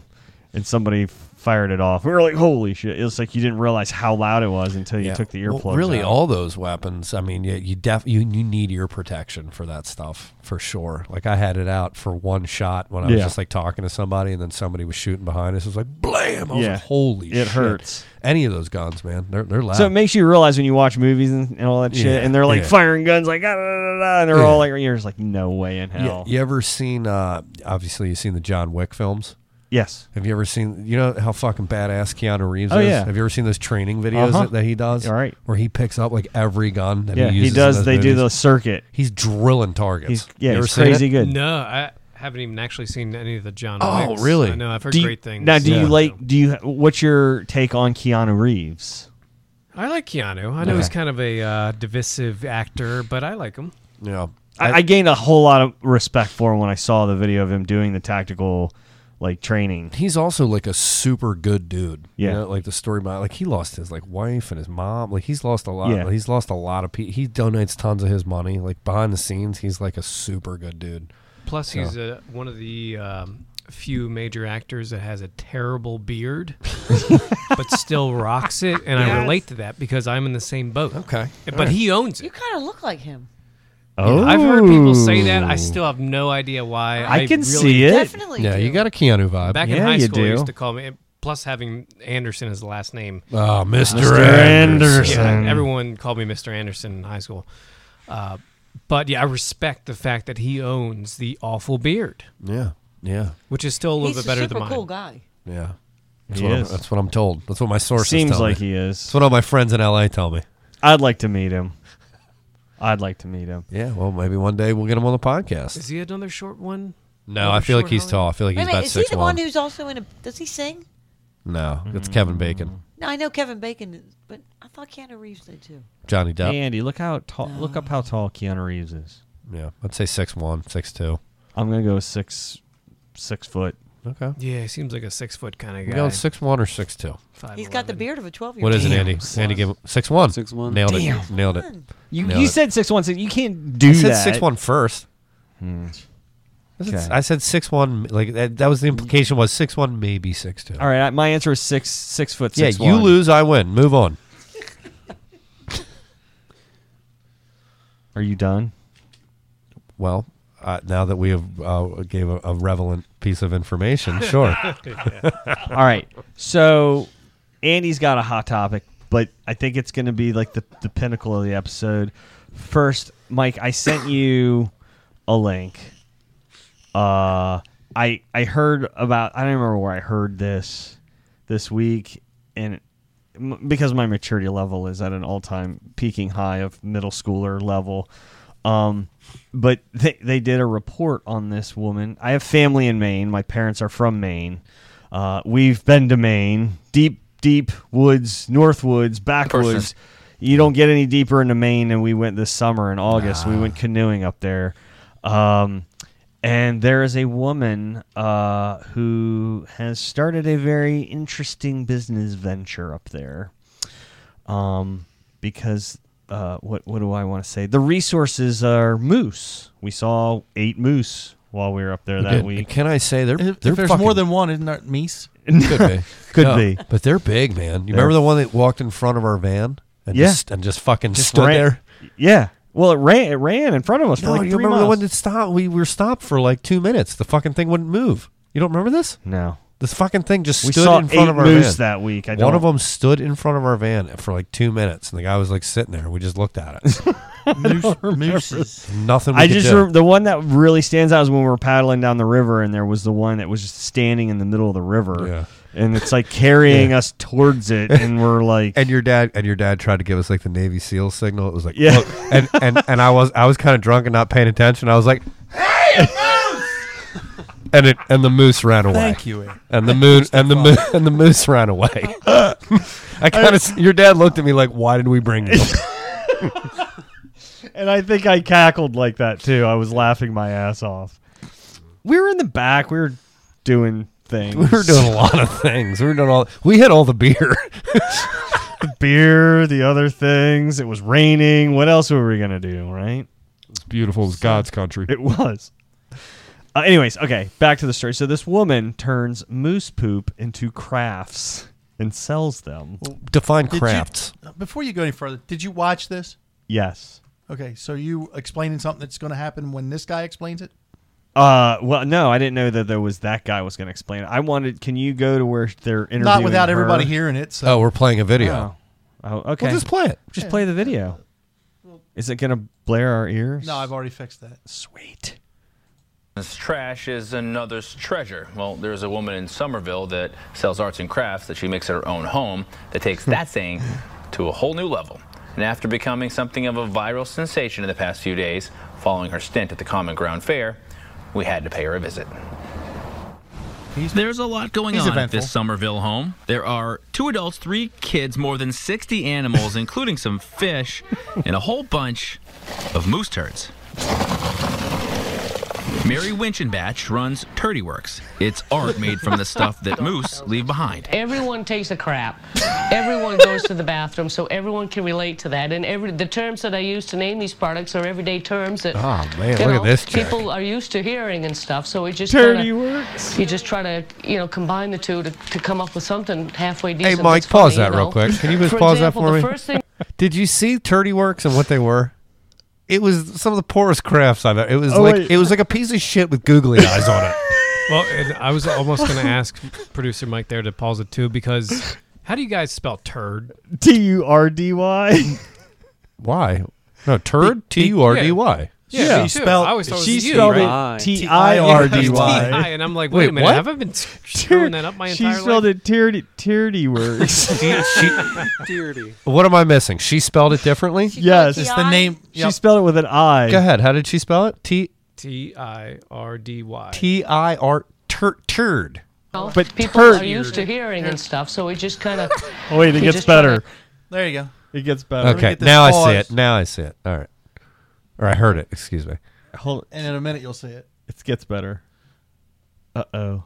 S6: and somebody fired it off. We were like, holy shit! It was like you didn't realize how loud it was until you took the
S7: Well,
S6: earplugs.
S7: really,
S6: out.
S7: all those weapons. I mean, you you, def, you you need ear protection for that stuff for sure. Like I had it out for one shot when I was
S6: Yeah.
S7: just like talking to somebody, and then somebody was shooting behind us. It was like blam! I was
S6: Yeah.
S7: like, holy!
S6: It
S7: shit.
S6: hurts.
S7: Any of those guns, man, they're they're loud.
S6: So it makes you realize when you watch movies and, and all that shit,
S7: Yeah,
S6: and they're like
S7: yeah.
S6: firing guns, like, "Ah, da, da, da, da," and they're
S7: Yeah.
S6: all like, you're just like, no way in
S7: Yeah.
S6: hell.
S7: You ever seen? Uh, obviously, you've seen the John Wick films.
S6: Yes.
S7: Have you ever seen? You know how fucking badass Keanu Reeves
S6: Oh,
S7: is.
S6: yeah.
S7: Have you ever seen those training videos
S6: Uh-huh.
S7: that, that he does?
S6: All right.
S7: Where he picks up like every gun that
S6: Yeah, he
S7: he uses. in
S6: does-
S7: those
S6: they do
S7: movies.
S6: the circuit.
S7: He's drilling targets.
S6: He's- yeah,
S7: You
S6: he's
S7: ever seen
S6: crazy
S7: it?
S6: good.
S10: No, I haven't even actually seen any of the John.
S7: Oh,
S10: Wicks.
S7: really?
S10: I know. I've heard
S6: Do you-
S10: great things.
S6: Now, do
S10: Yeah.
S6: you like? Do you? What's your take on Keanu Reeves?
S10: I like Keanu. I know
S6: Okay.
S10: he's kind of a uh, divisive actor, but I like him.
S7: Yeah.
S6: I, I gained a whole lot of respect for him when I saw the video of him doing the tactical, like training.
S7: He's also like a super good dude.
S6: Yeah.
S7: You know, like the story behind like he lost his like wife and his mom. Like he's lost a lot.
S6: Yeah.
S7: He's lost a lot of people. He donates tons of his money. Like behind the scenes, he's like a super good dude.
S10: Plus,
S7: So-
S10: he's uh one of the um, few major actors that has a terrible
S6: (laughs)
S10: beard, but still rocks it. And I
S9: Yes.
S10: relate to that because I'm in the same boat. Okay, but
S9: Alright.
S10: he owns
S9: You
S10: it.
S9: kind of look like him.
S6: Oh.
S10: Yeah, I've heard people say that.
S7: Oh.
S10: I still have no idea why.
S7: I can see it. Definitely Yeah, do. you got a Keanu vibe.
S10: Back in
S7: Yeah,
S10: high
S7: you
S10: school, they
S7: do.
S10: used to call me. Plus, having Anderson as the last name.
S7: Oh, Mr.
S10: Uh,
S7: Anderson.
S10: Yeah, everyone called me Mr. Anderson in high school. Uh, but yeah, I respect the fact that he owns the awful beard.
S7: Yeah. Yeah.
S10: Which is still a little
S9: He's
S10: bit better
S9: a super
S10: than mine.
S9: cool guy.
S7: Yeah. That's,
S6: He
S7: what I'm,
S6: is.
S7: that's what I'm told. That's what my sources
S6: Seems
S7: tell me.
S6: like he is.
S7: That's what all my friends in LA tell me.
S6: I'd like to meet him. I'd like to meet him.
S7: Yeah, well, maybe one day we'll get him on the podcast.
S10: Is he another short one?
S7: No, I feel like he's
S10: Short
S7: tall. I feel like
S9: Wait a
S7: he's
S9: minute,
S7: about
S9: is
S7: six
S9: he the
S7: one.
S9: one who's also in a? Does he sing?
S7: No,
S6: Mm.
S7: it's Kevin Bacon,
S9: No, I know Kevin Bacon, is- but I thought Keanu Reeves did too.
S7: Johnny Depp.
S6: Andy, look how tall. Look up how tall Keanu Reeves is.
S7: Yeah, I'd say six one, six two.
S6: I'm gonna go six, six foot.
S7: Okay.
S10: Yeah, he seems like a six foot kind of
S7: You
S10: guy.
S7: going six one or six two?
S10: Five
S9: He's got the beard of a twelve-year-old.
S7: What is it, Andy? Andy, give him six one. Six
S11: one.
S7: Nailed it.
S11: Damn.
S7: Nailed it.
S6: You
S7: Nailed
S6: you
S7: it.
S6: said six one six. You can't do
S7: I said
S6: that.
S7: six one first.
S6: Hmm.
S7: I said-
S6: Okay.
S7: I said six one. Like that, that was the implication was six one, maybe six two.
S6: All right, my answer is six six foot
S7: Yeah,
S6: six.
S7: you
S6: one.
S7: lose, I win. Move on.
S6: Are you done?
S7: Well, uh, now that we have uh, gave a, a relevant piece of information, sure.
S6: (laughs) All right. So Andy's got a hot topic, but I think it's going to be like the, the pinnacle of the episode. First, Mike, I sent you a link. Uh, I I heard about I don't remember where I heard this this week, and m- because my maturity level is at an all time peaking high of middle schooler level. Um, but they, they did a report on this woman. I have family in Maine. My parents are from Maine. Uh, we've been to Maine, deep, deep woods, north woods, backwoods. You don't get any deeper into Maine than we went this summer in August. We went canoeing up there. Um, and there is a woman uh, who has started a very interesting business venture up there. Um, because uh, what what do I want to say? The resources are moose. We saw eight moose while we were up there
S7: We
S6: that
S7: did.
S6: week.
S7: Can I say they're,
S8: If
S7: they're
S8: there's
S7: fucking-
S8: more than one, isn't there meese?
S7: (laughs) Could be.
S6: (laughs) Could
S7: No,
S6: be.
S7: But they're big, man. You
S6: They're-
S7: remember the one that walked in front of our van and
S6: Yeah.
S7: just and just fucking
S6: Just
S7: stood
S6: ran-
S7: there?
S6: Yeah. Well, it ran. It ran in front of us
S7: No,
S6: for like
S7: you
S6: three
S7: remember the
S6: miles.
S7: one that stopped? We were stopped for like two minutes. The fucking thing wouldn't move. You don't remember this?
S6: No.
S7: This fucking thing just
S6: We
S7: stood
S6: saw
S7: in front
S6: eight
S7: of our
S6: moose
S7: van.
S6: that week. I
S7: one of
S6: don't-
S7: them stood in front of our van for like two minutes, and the guy was like sitting there. We just looked at
S6: (laughs)
S7: it.
S8: Mooses.
S7: Nothing. We
S6: I
S7: could
S6: just
S7: do.
S6: rem- the one that really stands out is when we were paddling down the river, and there was the one that was just standing in the middle of the river, and it's like carrying us towards
S7: (laughs)
S6: it, and we're like,
S7: and your dad and your dad tried to give us like the Navy SEAL signal. It was like,
S6: Yeah.
S7: look, and, and and I was I was kind of drunk and not paying attention. I was like, hey, moose! (laughs) and it and the moose ran away.
S8: Thank you, Aaron.
S7: And the moon and the moon and the moose
S14: (laughs)
S7: ran away.
S14: (laughs)
S6: (laughs)
S7: I kind of your dad looked at me like, why did we bring you?
S6: and I think I cackled like that too. I was laughing my ass off. We were in the back. We were doing things.
S7: We were doing a lot of things. We were doing all. We had all the beer.
S6: (laughs) the beer, the other things. It was raining. What else were we gonna do? Right?
S13: It's beautiful. It's God's country.
S6: It was. Uh, anyways, okay, back to the story. So this woman turns moose poop into crafts and sells them.
S7: Define
S8: Did you- before you go any further, did you watch this?
S6: yes.
S8: Okay, so you explaining something that's going to happen when this guy explains it?
S6: Uh, well, no, I didn't know that there was that guy was going to explain it. I wanted. Can you go to where they're interviewing?
S8: without
S6: her?
S8: everybody hearing it, so-
S7: Oh, we're playing a video.
S6: Oh, oh, okay.
S7: Well, just play it.
S6: Just
S8: Yeah.
S6: play the video. Is it going to blare our ears?
S8: No, I've already fixed that.
S6: Sweet.
S15: This trash is another's treasure. Well, there's a woman in Somerville that sells arts and crafts that she makes at her own home that takes that saying to a whole new level. And after becoming something of a viral sensation in the past few days, following her stint at the Common Ground Fair, we had to pay her a visit. There's a lot going
S16: He's
S15: on at
S16: eventful.
S15: this Somerville home. There are two adults, three kids, more than
S14: (laughs)
S15: 60 animals, including some fish, and a whole bunch of moose turds. Mary Winchenbach runs Turdy Works. It's art made from the stuff
S14: (laughs)
S15: that moose leave behind.
S14: Everyone takes a crap. Everyone goes to the bathroom, so everyone can relate to that. And every the terms that I use to name these products are everyday terms that
S7: Oh,
S14: you
S7: man, look at
S14: know,
S7: this chick.
S14: people are used to hearing and stuff. So it just
S7: Dirty
S14: kinda, works. You just try to you know combine the two to, to come up with something halfway
S7: Hey,
S14: decent.
S7: Mike,
S14: that's
S7: pause
S14: funny,
S7: that
S14: you
S7: real
S14: know?
S7: quick. Can
S14: (laughs)
S7: you just
S14: For
S7: pause
S14: example,
S7: that for
S14: the
S7: me?
S14: First thing
S7: (laughs) Did you see Turdy Works and what they were? It was some of the poorest crafts I've ever. It was
S10: Oh,
S7: like
S10: wait.
S7: it was like a piece of shit with googly eyes on it.
S10: Well, and I was almost going to ask producer Mike there to pause it too because how do you guys spell turd?
S6: T U R D Y.
S7: (laughs) Why? No, turd.
S10: Be-
S7: T
S10: be-
S7: U R D Y.
S10: yeah. Yeah, me too. I always thought it was you, right? (laughs) T-I, and I'm like, wait a minute,
S6: what?
S10: have I been
S6: (laughs)
S10: screwing that up my
S6: she
S10: entire
S6: spelled it Tierney, Tierney works.
S7: (laughs) she,
S10: Dirty.
S7: What am I missing? She spelled it differently.
S6: yes, She spelled it with an I.
S7: Go ahead. How did she spell it? T
S10: T I R D Y.
S7: T I R tur- turd.
S14: now,
S7: But
S14: people
S7: turd.
S14: are used to hearing and stuff, so it just kind of.
S6: (laughs) Wait, it gets better.
S8: There you go.
S6: It gets better.
S7: Okay, now I see it. Now I see it. All right, or I heard it. Excuse me.
S6: Hold.
S8: And in a minute, you'll see it.
S6: It gets better. Uh oh.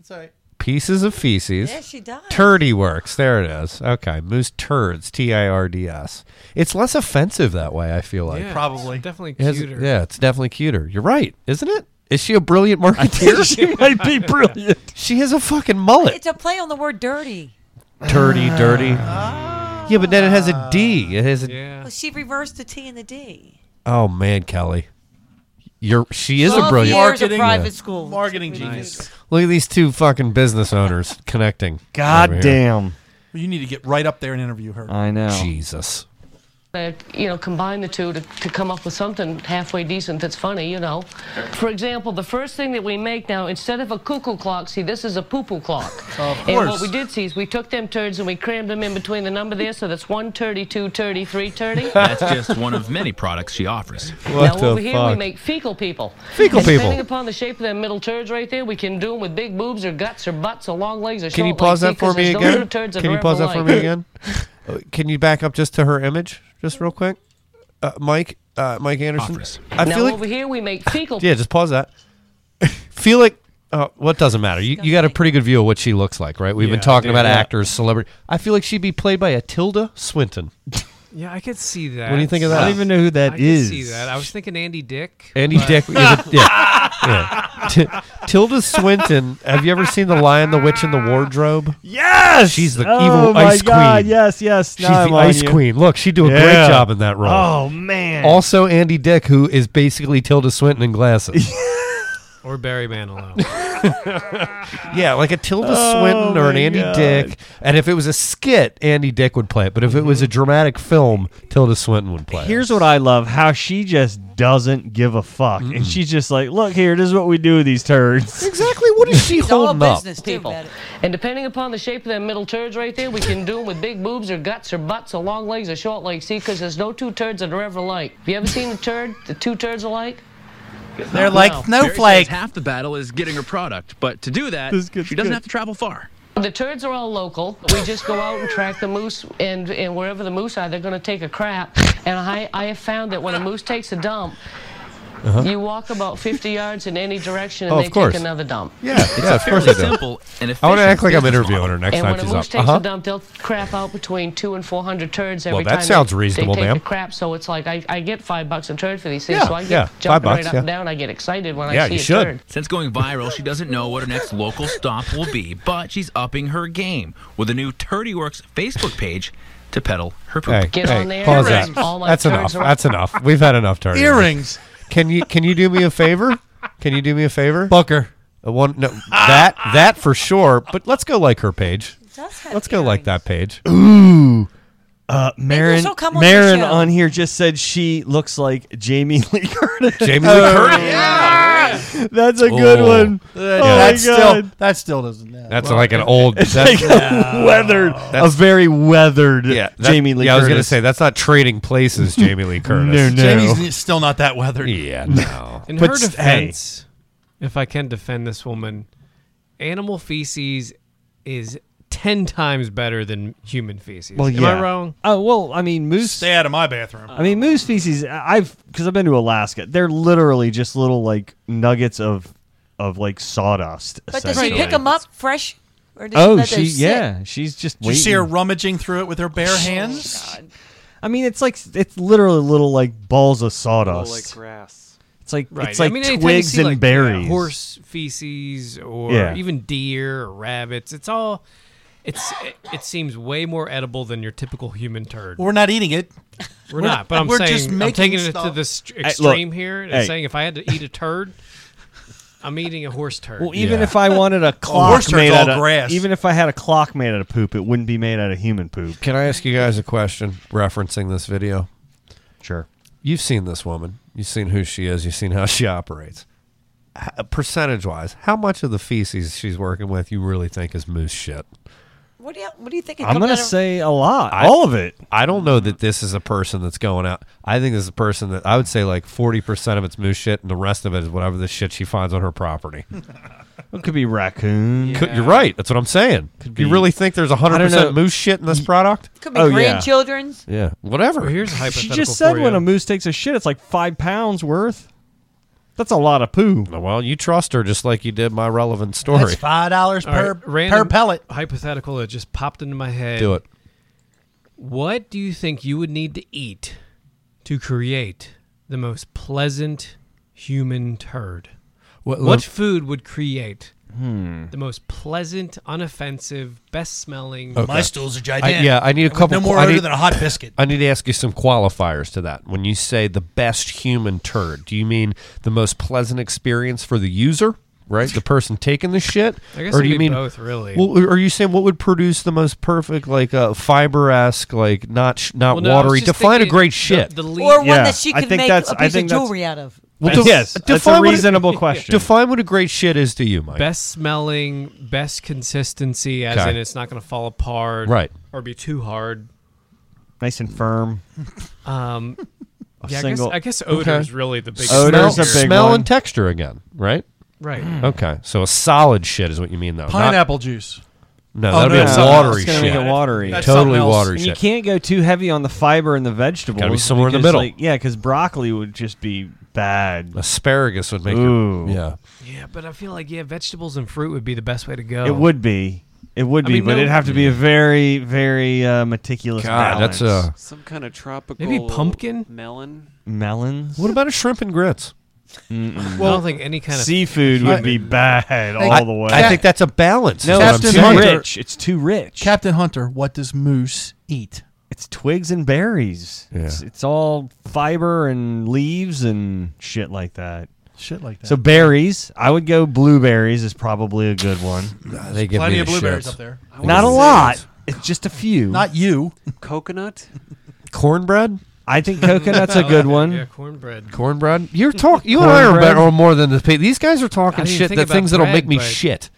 S8: It's all right.
S7: Pieces of feces.
S8: Yeah, she does.
S7: Turdy works. There it is. Okay, moose turds. T I R D S. It's less offensive that way. I feel like.
S10: Yeah,
S8: Probably.
S10: it's definitely
S7: It has-
S10: cuter.
S7: yeah, it's definitely cuter. You're right, isn't it? Is she a brilliant (laughs) marketeer?
S9: she might be brilliant.
S7: She has a fucking mullet.
S9: It's a play on the word dirty.
S7: Turdy, dirty.
S8: Ah.
S7: yeah, but then it has a D. It has a.
S9: Well, she reversed the T and the D.
S7: Oh man, Kelly, you're she is a
S9: 12
S7: brilliant
S9: years of
S7: Yeah.
S9: private school.
S8: Marketing genius.
S7: Look at these two fucking business owners connecting.
S6: God
S7: over here.
S6: damn.
S8: You need to get right up there and interview her.
S6: I know.
S7: Jesus.
S14: to, uh, you know, combine the two to, to come up with something halfway decent that's funny, you know. For example, the first thing that we make now, instead of a cuckoo clock, see, this is a poo-poo clock.
S17: Of
S14: And
S17: course.
S14: what we did see is we took them turds and we crammed them in between the number there, so that's 132, 33,
S7: (laughs)
S14: 30.
S15: That's
S14: (laughs)
S15: just one of many products she offers.
S14: now over here we make fecal people.
S15: Fecal
S14: and
S15: people.
S14: Depending upon the shape of them middle turds right there, we can do them with big boobs or guts or butts or long legs or
S7: Can you
S14: short
S7: pause
S14: legs,
S7: that for
S14: because
S7: me
S14: there's no
S7: again?
S14: little turds of
S7: Can you
S14: whatever
S7: pause that for
S14: like. (laughs)
S7: me again? Uh, Can you back up just to her image, just real quick, uh, Mike? Uh, Mike Anderson. I
S14: now
S7: feel like
S14: over here we make fecal
S7: yeah. Just pause that. (laughs) feel like. Uh, what doesn't matter? You, you got a pretty good view of what she looks like, right? We've been
S10: Yeah,
S7: talking
S10: dude,
S7: about
S10: yeah.
S7: actors, celebrity. I feel like she'd be played by a Tilda Swinton.
S10: Yeah, I could see that.
S7: What do you think of that? I don't even know who that
S10: that is. I could
S7: is.
S10: see that. I was thinking Andy Dick.
S7: Andy
S10: but-
S7: Dick.
S10: (laughs)
S6: (laughs)
S7: Is a, yeah. yeah. T- Tilda Swinton. Have you ever seen The Lion, the Witch, and the Wardrobe?
S6: Yes.
S7: She's the
S6: Oh
S7: evil
S6: my
S7: ice
S6: God,
S7: queen.
S6: yes, yes.
S7: She's
S6: Now I'm
S7: the
S6: on
S7: ice
S6: you.
S7: queen. Look, she do a
S6: Yeah.
S7: great job in that role.
S6: Oh, man.
S7: Also, Andy Dick, who is basically Tilda Swinton in glasses.
S6: (laughs)
S10: Or Barry Manilow.
S7: (laughs) yeah, like a Tilda
S10: Oh,
S7: Swinton or an
S10: my
S7: Andy
S10: God.
S7: Dick. And if it was a skit, Andy Dick would play it. But if it was a dramatic film, Tilda Swinton would play it.
S6: Here's what I love: how she just doesn't give a fuck, and she's just like, "Look here, this is what we do with these turds."
S7: (laughs) Exactly. What is she holding up?
S14: people. And depending upon the shape of them middle turds right there, we can do them with big boobs or guts or butts or long legs or short legs. See, because there's no two turds that are ever alike. Have you ever seen a turd? The two turds alike?
S8: They're like
S15: Now, Mary
S8: snowflake.
S15: says half the battle is getting her product, but to do that,
S14: This
S15: she doesn't have to travel far.
S14: The turds are all local. We just go out and track the moose, and, and wherever the moose are, they're going to take a crap. And I, I have found that when a moose takes a dump,
S15: Uh-huh.
S14: you walk about 50 yards in any direction and
S7: Oh,
S14: they
S7: of course.
S14: take another dump.
S7: Yeah, yeah, of course I do. I want to act like I'm interviewing her next
S14: and
S7: time
S14: when
S7: she's
S14: a moose
S7: up.
S14: takes
S7: Uh-huh.
S14: a dump, they'll crap out between two and four hundred turds every
S7: Well, that
S14: time.
S7: sounds
S14: they,
S7: reasonable,
S14: they take
S7: ma'am.
S14: The crap, so it's like I, I get five bucks a turd for these things,
S15: Yeah,
S14: so I get
S15: yeah, five
S14: jumping right
S15: bucks,
S14: up
S15: yeah.
S14: and down. I get excited when I see a turd.
S15: Since going viral, she doesn't know what her next local stop will be, but she's upping her game with a new Turdy Works Facebook page to peddle her poop.
S7: Hey, hey, pause that. That's enough. That's enough. We've had enough turn.
S8: Earrings.
S7: Can you can you do me a favor? Can you do me a favor? Booker. one no, that that for sure. But let's go like her page. Let's go like that page.
S6: Ooh. Uh, Marin,
S9: she'll come on the
S6: Marin
S9: show.
S6: on here just said she looks like Jamie (laughs) Lee Curtis. Oh,
S7: Jamie Lee Curtis.
S6: Yeah. That's a good
S7: Oh.
S6: one.
S7: Uh,
S6: oh
S7: yeah,
S6: my
S7: that's
S6: God.
S8: still- that still doesn't- yeah.
S7: That's like an old-
S6: It's
S7: (laughs) that's-
S6: like a weathered, a very weathered
S7: That-
S6: Jamie Lee.
S7: Oh. Yeah, I was gonna
S6: Curtis.
S7: say that's not trading places, Jamie Lee Curtis.
S6: (laughs) No, no.
S8: Jamie's n- still not that weathered. (laughs)
S7: Yeah, no.
S10: In
S7: But
S10: her
S7: s-
S10: defense, if I can defend this woman, animal feces is ten times better than human feces.
S6: Well,
S10: Am
S6: yeah.
S10: I wrong?
S6: Oh well, I mean moose.
S8: Stay out of my bathroom.
S6: I mean moose feces. I've because I've been to Alaska. They're literally just little like nuggets of of like sawdust.
S9: But does she
S6: essentially.
S9: pick them up fresh? Or does
S6: Oh,
S9: let
S6: she
S9: them sit?
S6: yeah, she's just.
S8: Did you see
S6: waiting.
S8: her rummaging through it with her
S10: Oh
S8: bare hands?
S6: I mean, it's like it's literally little like balls of sawdust,
S11: like grass.
S6: It's like
S10: Right.
S6: it's
S10: I
S6: like
S10: mean, anytime you
S6: twigs
S10: see,
S6: and
S10: like,
S6: berries.
S10: horse feces, or
S6: Yeah.
S10: even deer or rabbits. It's all. It's it, it seems way more edible than your typical human turd.
S8: We're not eating it.
S10: We're, not. But I'm
S8: we're
S10: saying
S8: just
S10: I'm
S8: making
S10: taking it to
S8: stuff.
S10: the st-
S6: Hey, look,
S10: extreme here and
S6: hey.
S10: saying if I had to eat a turd, I'm eating a horse turd.
S6: Well, even if I wanted a clock
S10: horse turd's
S6: made
S10: all
S6: out of
S10: grass.
S6: even if I had a clock made out of poop, it wouldn't be made out of human poop.
S7: Can I ask you guys a question referencing this video?
S6: Sure.
S7: You've seen this woman. You've seen who she is. You've seen how she (laughs) operates. H- percentage wise, how much of the feces she's working with you really think is moose shit?
S9: What do you What do you think? it
S6: I'm
S9: comes
S6: gonna
S9: out of-
S6: say a lot,
S7: I-
S6: all of it.
S7: I don't know that this is a person that's going out. I think this is a person that I would say like 40% of it's moose shit and the rest of it is whatever the shit she finds on her property.
S6: (laughs) It could be raccoon.
S7: Could- You're right. That's what I'm saying.
S6: be-
S7: you really think there's
S6: I don't
S7: 100%
S6: know.
S7: moose shit in this product?
S9: Could be
S6: Oh,
S9: grandchildren's.
S7: Yeah. Whatever.
S10: Well, here's a
S6: She
S10: hypothetical.
S6: just said
S10: for
S6: when
S10: you.
S6: a moose takes a shit, it's like five pounds worth. That's a lot of poo.
S7: Well, you trust her just like you did my relevant story.
S8: That's five dollars
S10: All right,
S8: per per
S10: random
S8: pellet.
S10: Hypothetical that just popped into my head.
S7: Do it.
S10: What do you think you would need to eat to create the most pleasant human turd?
S7: What-
S10: What, food would create
S7: Hmm.
S10: the most pleasant, unoffensive, best smelling?
S7: Okay. I, yeah, I need a
S8: With
S7: couple.
S8: no more
S7: I
S8: odor
S7: need-
S8: than a hot biscuit.
S7: I need to ask you some qualifiers to that. When you say the best human turd, do you mean the most pleasant experience for the user, right? The person taking the shit,
S10: (laughs) I guess
S7: or
S10: it'd
S7: do you
S10: be
S7: mean
S10: both, really.
S7: Well, or are you saying what would produce the most perfect, like uh, fiber esque, like not sh- not
S10: Well, no, I was
S7: watery?
S10: just
S7: Define a
S10: thinking
S7: great
S10: the-
S7: shit,
S10: the least-
S9: Or one
S6: Yeah,
S9: that she
S6: I
S9: could
S6: think
S9: make a
S6: that's- I
S9: piece of
S6: think that's-
S9: jewelry out of.
S7: de-
S6: yes, that's
S7: define
S6: a
S7: what it-
S6: reasonable question.
S7: (laughs) Define what a great shit is to you, Mike.
S10: Best smelling, best consistency, as
S7: Okay.
S10: in it's not going to fall apart,
S7: Right.
S10: Or be too hard.
S6: nice and firm.
S10: Um, yeah,
S6: A
S10: I guess,
S6: single-
S10: I guess odor
S7: Okay.
S10: is really the big.
S6: Odor's
S7: smell,
S6: a big
S7: smell
S6: one. Hmm.
S7: and texture again, right?
S10: Right.
S7: Okay, so a solid shit is what you mean, though. not-
S8: Pineapple juice.
S7: No,
S8: Oh,
S7: that'd
S8: no,
S7: be
S8: that's
S7: a
S8: something
S7: watery
S8: else. That's
S7: shit.
S8: gonna make it watery. That's
S7: Totally
S8: something else.
S7: watery
S6: And
S7: shit.
S6: you can't go too heavy on the fiber and the vegetables.
S7: somewhere in the
S6: because,
S7: middle.
S6: like, yeah, because broccoli would just be bad.
S7: Asparagus would make your-
S6: Ooh.
S7: yeah.
S10: Yeah, but I feel like yeah, vegetables and fruit would be the best way to go.
S6: It would be. It would
S10: Oh. I
S6: be,
S10: mean,
S6: but
S10: no-
S6: it'd have to be a very, very uh, meticulous.
S7: God, that's uh,
S8: uh,
S6: balance.
S11: Some kind of tropical
S10: Maybe pumpkin?
S11: melon.
S6: melons.
S7: What about a shrimp and grits?
S10: Well, I don't think any kind of
S6: seafood would be bad all the way.
S7: I think that's a balance.
S6: No,
S7: is what
S6: it's
S7: I'm
S6: too
S7: saying.
S6: rich. It's too rich.
S8: Captain Hunter, what does moose eat?
S6: It's twigs and berries.
S7: Yeah.
S6: It's, it's all fiber and leaves and shit like that.
S8: Shit like that.
S6: So berries, I would go blueberries is probably a good one.
S7: they give
S8: Plenty
S7: me
S8: of
S7: the
S8: blueberries
S7: shits.
S8: up there. I
S6: Not a
S8: wouldn't say
S6: lot. It's just a few.
S8: Not you.
S11: Coconut?
S7: Cornbread.
S6: I think coconut's a good one.
S10: Yeah, cornbread.
S7: Cornbread. You're talking. You and I are
S6: Cornbread.
S7: better or more than the pe- These guys are
S10: I
S7: talking
S10: didn't
S7: shit.
S10: think
S7: That
S10: about
S7: things that'll
S10: bread,
S7: make me
S10: but-
S7: shit.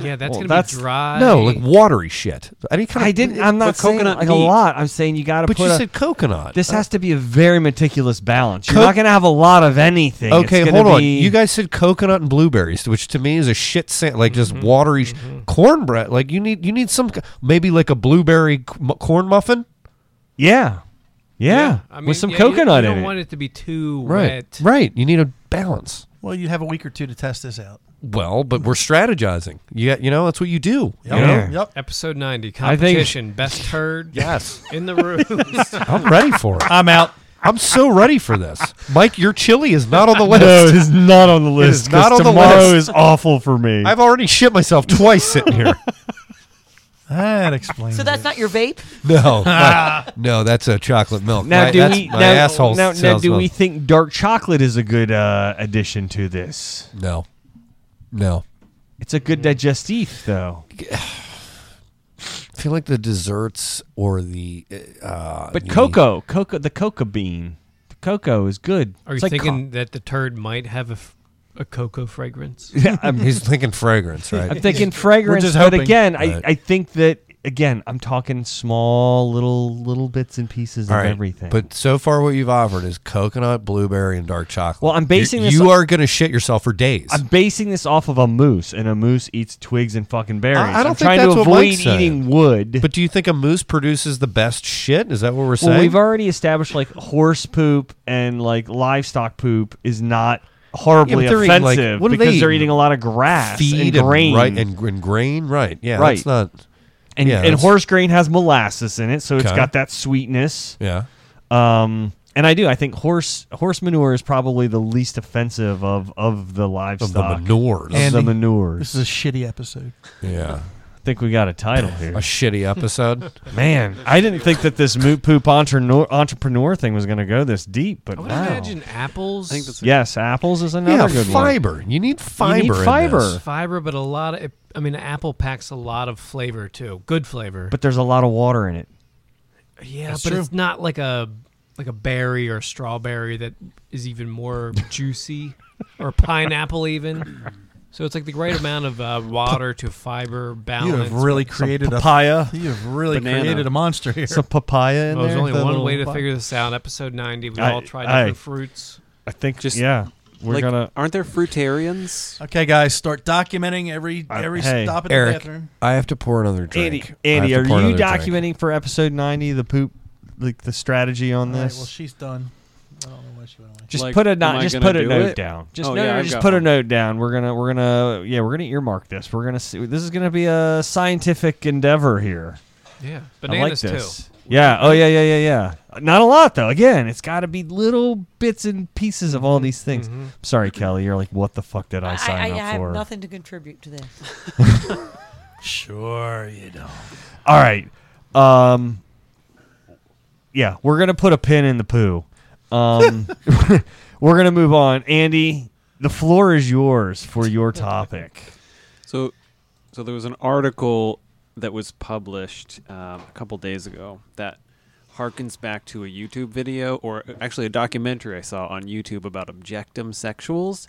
S10: Yeah, that's
S7: Well,
S10: gonna
S7: that's-
S10: be dry.
S7: No, like watery shit. Any kind.
S6: I
S7: of-
S6: didn't. I'm not
S7: But
S6: saying
S7: coconut
S6: like a
S7: meat.
S6: lot. I'm saying you got to.
S7: But
S6: put
S7: you
S6: a-
S7: said coconut.
S6: This
S7: Uh,
S6: has to be a very meticulous balance. You're
S7: Co-
S6: not going to have a lot of anything. It's
S7: Okay,
S6: gonna
S7: hold on.
S6: be-
S7: You guys said coconut and blueberries, which to me is a shit sand, like just watery sh- cornbread. Like you need you need some maybe like a blueberry c- mu- corn muffin.
S6: yeah. Yeah,
S10: I mean,
S6: with some
S10: yeah, you-
S6: coconut
S10: you
S6: in
S10: don't
S6: it.
S10: want it to be too
S7: Right.
S10: wet.
S7: Right. You need a balance.
S8: Well, you have a week or two to test this
S6: (laughs)
S8: out.
S7: Well, but we're strategizing. You got, you know, that's what you do. you
S10: Yep.
S7: know?
S10: Yeah. Yep. Episode 90, competition, best herd
S7: Yes.
S10: in the roost.
S7: (laughs) I'm ready for it. (laughs) I'm out. I'm so ready for this. Mike, your chili is not (laughs) on the list.
S6: No, it is not on the
S7: It is
S6: list.
S7: not on the
S6: tomorrow
S7: list.
S6: is awful for me.
S7: I've already shit myself twice sitting
S8: (laughs)
S7: here.
S8: That explains.
S9: So that's not your vape.
S7: (laughs)
S6: (laughs)
S7: No, my- no, that's a chocolate milk.
S6: now
S7: my,
S6: do
S7: that's-
S6: we
S7: my
S6: now,
S7: asshole
S6: now, now
S7: smells
S6: do
S7: milk.
S6: we think dark chocolate is a good uh, addition to this?
S7: No, no.
S6: It's a good digestif though.
S7: (sighs) I feel like the desserts or the uh,
S6: But
S7: the-
S6: cocoa, cocoa, the cocoa bean, the cocoa is good.
S10: Are you
S6: It's like co-
S10: thinking that the turd might have a, f- a cocoa
S7: (laughs)
S10: fragrance?
S6: Yeah, I'm-
S7: He's thinking fragrance, right?
S6: I'm thinking fragrance,
S10: just
S6: but
S10: hoping.
S6: again,
S7: Right.
S6: I, I think that again, I'm talking small little little bits and pieces
S7: All
S6: of
S7: right,
S6: everything.
S7: But so far, what you've offered is coconut, blueberry, and dark chocolate.
S6: Well, I'm basing
S7: you,
S6: this
S7: You
S6: on-
S7: are going to shit yourself for days.
S6: I'm basing this off of a moose, and a moose eats twigs and fucking berries.
S7: I, I don't
S6: am
S7: think
S6: trying
S7: that's
S6: to
S7: what
S6: avoid
S7: Mike's saying.
S6: eating wood.
S7: But do you think a moose produces the best shit? Is that what we're saying?
S6: Well, we've already established like horse poop and like livestock poop is not horribly
S7: Yeah, but they're eating, like-
S6: offensive
S7: what are they
S6: because they are
S7: eating?
S6: eating a lot of grass
S7: Feed
S6: and grain.
S7: right and, and grain, right? Yeah,
S6: Right.
S7: That's not.
S6: and,
S7: yeah,
S6: and
S7: that's-
S6: horse grain has molasses in it, so it's
S7: Okay.
S6: got that sweetness.
S7: Yeah.
S6: Um, and I do. I think horse horse manure is probably the least offensive of of the livestock
S7: manures.
S6: Of the
S8: Andy,
S6: manures.
S8: This is a shitty episode.
S6: (laughs)
S7: Yeah.
S6: I think we got a title here.
S7: A shitty episode.
S6: (laughs) Man, I didn't think that this moot poop entrepreneur, entrepreneur thing was going to go this deep, but
S10: I would
S6: wow.
S10: imagine apples.
S6: yes, apples is another
S7: yeah,
S6: good one.
S7: fiber. You need fiber. in this.
S6: fiber.
S10: Fiber, but a lot of. It, I mean, apple packs a lot of flavor too. Good flavor.
S6: But there's a lot of water in it.
S10: yeah,
S6: That's
S10: but
S6: true.
S10: it's not like a like a berry or strawberry that is even more juicy, or pineapple even. So it's like the right amount of uh, water to fiber balance.
S8: You have really
S10: Some
S8: created
S6: papaya.
S8: a You have really
S10: Banana.
S8: created a monster here.
S6: Some papaya in
S10: Well, there's
S6: there,
S10: only
S6: the
S10: one
S6: little
S10: way to
S6: papaya.
S10: figure this out. Episode 90, we
S6: I-
S10: all tried
S6: I-
S10: different fruits.
S6: I think just yeah, we're
S11: like,
S6: gonna.
S11: Aren't there fruitarians?
S8: Okay, guys, start documenting every every
S6: hey,
S8: stop at the
S7: Eric,
S8: bathroom.
S7: I have to pour another
S6: Andy,
S7: drink. I
S6: Andy,
S7: have
S6: are
S7: to pour
S6: you
S7: another drink.
S6: documenting for episode ninety the poop, like the strategy
S8: All
S6: on
S8: right,
S6: this?
S8: well, she's done. I don't know why she went away.
S6: just
S11: Like,
S6: put a
S11: am
S6: not,
S11: I
S6: just
S11: gonna
S6: put a
S11: do
S6: note
S11: it?
S6: down. Just
S11: Oh,
S6: no,
S11: yeah,
S6: no,
S11: I've
S6: just
S11: got
S6: put a
S11: one.
S6: note down. We're gonna, we're gonna, yeah, we're gonna earmark this. We're gonna see. This is gonna be a scientific endeavor here.
S10: Yeah,
S6: I like
S10: bananas
S6: this.
S10: too.
S6: Yeah. Oh yeah, yeah, yeah, yeah. Not a lot though. Again, it's got to be little bits and pieces of
S11: Mm-hmm,
S6: all these things. Sorry, Kelly. You're like, what the fuck did I
S9: I,
S6: sign
S9: I
S6: up
S9: have
S6: for?
S9: nothing to contribute to this.
S8: Sure, you don't.
S6: All right. Um, yeah, we're gonna put a pin in the poo. Um, (laughs) we're gonna move on. Andy, the floor is yours for your topic.
S11: (laughs) So, so there was an article that was published um, a couple days ago that harkens back to a YouTube video, or uh, actually a documentary I saw on YouTube about objectum sexuals.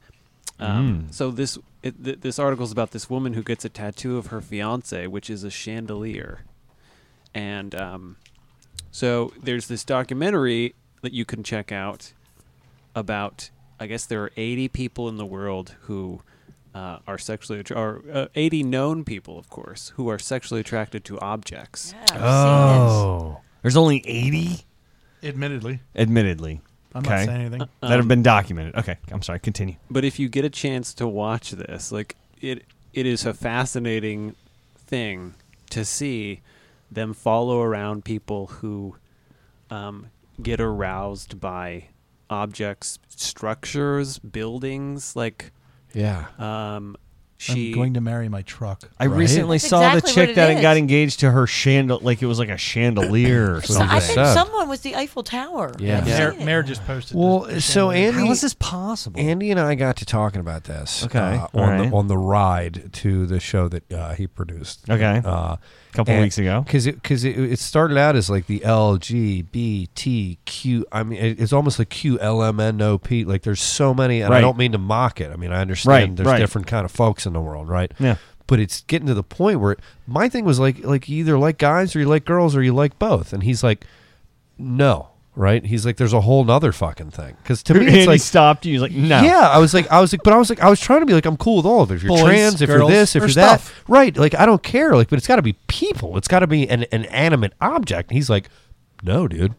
S8: Hmm.
S11: Um, So this it, th- this article is about this woman who gets a tattoo of her fiance, which is a chandelier, and um, so there's this documentary that you can check out about. I guess there are 80 people in the world who uh, are sexually attra- or uh, 80 known people, of course, who are sexually attracted to objects.
S6: Oh, there's only eighty.
S8: Admittedly,
S6: Admittedly,
S8: I'm not
S6: okay,
S8: saying anything.
S6: that have been documented. Okay, I'm sorry. Continue.
S11: But if you get a chance to watch this, like it, it is a fascinating thing to see them follow around people who um, get aroused by objects, structures, buildings. Like,
S7: Yeah.
S11: um, she
S8: I'm going to marry my truck.
S6: I recently
S9: That's
S6: saw
S9: exactly
S6: the
S9: what
S6: chick
S9: it
S6: that
S9: is.
S6: got engaged to her chandel, like it was like a chandelier. or
S9: So I
S6: something.
S9: think someone was the Eiffel Tower.
S7: Yeah.
S9: I've
S8: Mayor,
S9: seen it.
S8: Mayor just posted.
S7: Well, so Andy,
S6: How is this possible?
S7: Andy and I got to talking about this.
S6: Okay,
S7: uh,
S6: all
S7: on
S6: right.
S7: the on the ride to the show that uh, he produced.
S6: Okay.
S7: uh,
S6: Couple weeks ago.
S7: because it because it, it started out as like the L G B T Q. I mean, it, it's almost like Q L M N O P. Like there's so many, and I
S6: Right.
S7: don't mean to mock it. I mean, I understand
S6: Right,
S7: there's
S6: right.
S7: different kind of folks in the world, right?
S6: Yeah.
S7: But it's getting to the point where my thing was like like you either like guys or you like girls or you like both, and he's like, no. Right, he's like, there's a whole nother fucking thing. Because
S6: (laughs)
S7: to me,
S6: Andy
S7: it's like
S6: stopped you. He's like, no.
S7: yeah, I was like, I was like, but I was like, I was trying to be like, I'm cool with all of it. If you're
S8: Boys,
S7: trans, if
S8: girls,
S7: you're this, if
S8: or
S7: you're that,
S8: stuff.
S7: right? Like, I don't care. Like, but it's got to be people. It's got to be an, an animate object. And he's like, no, dude.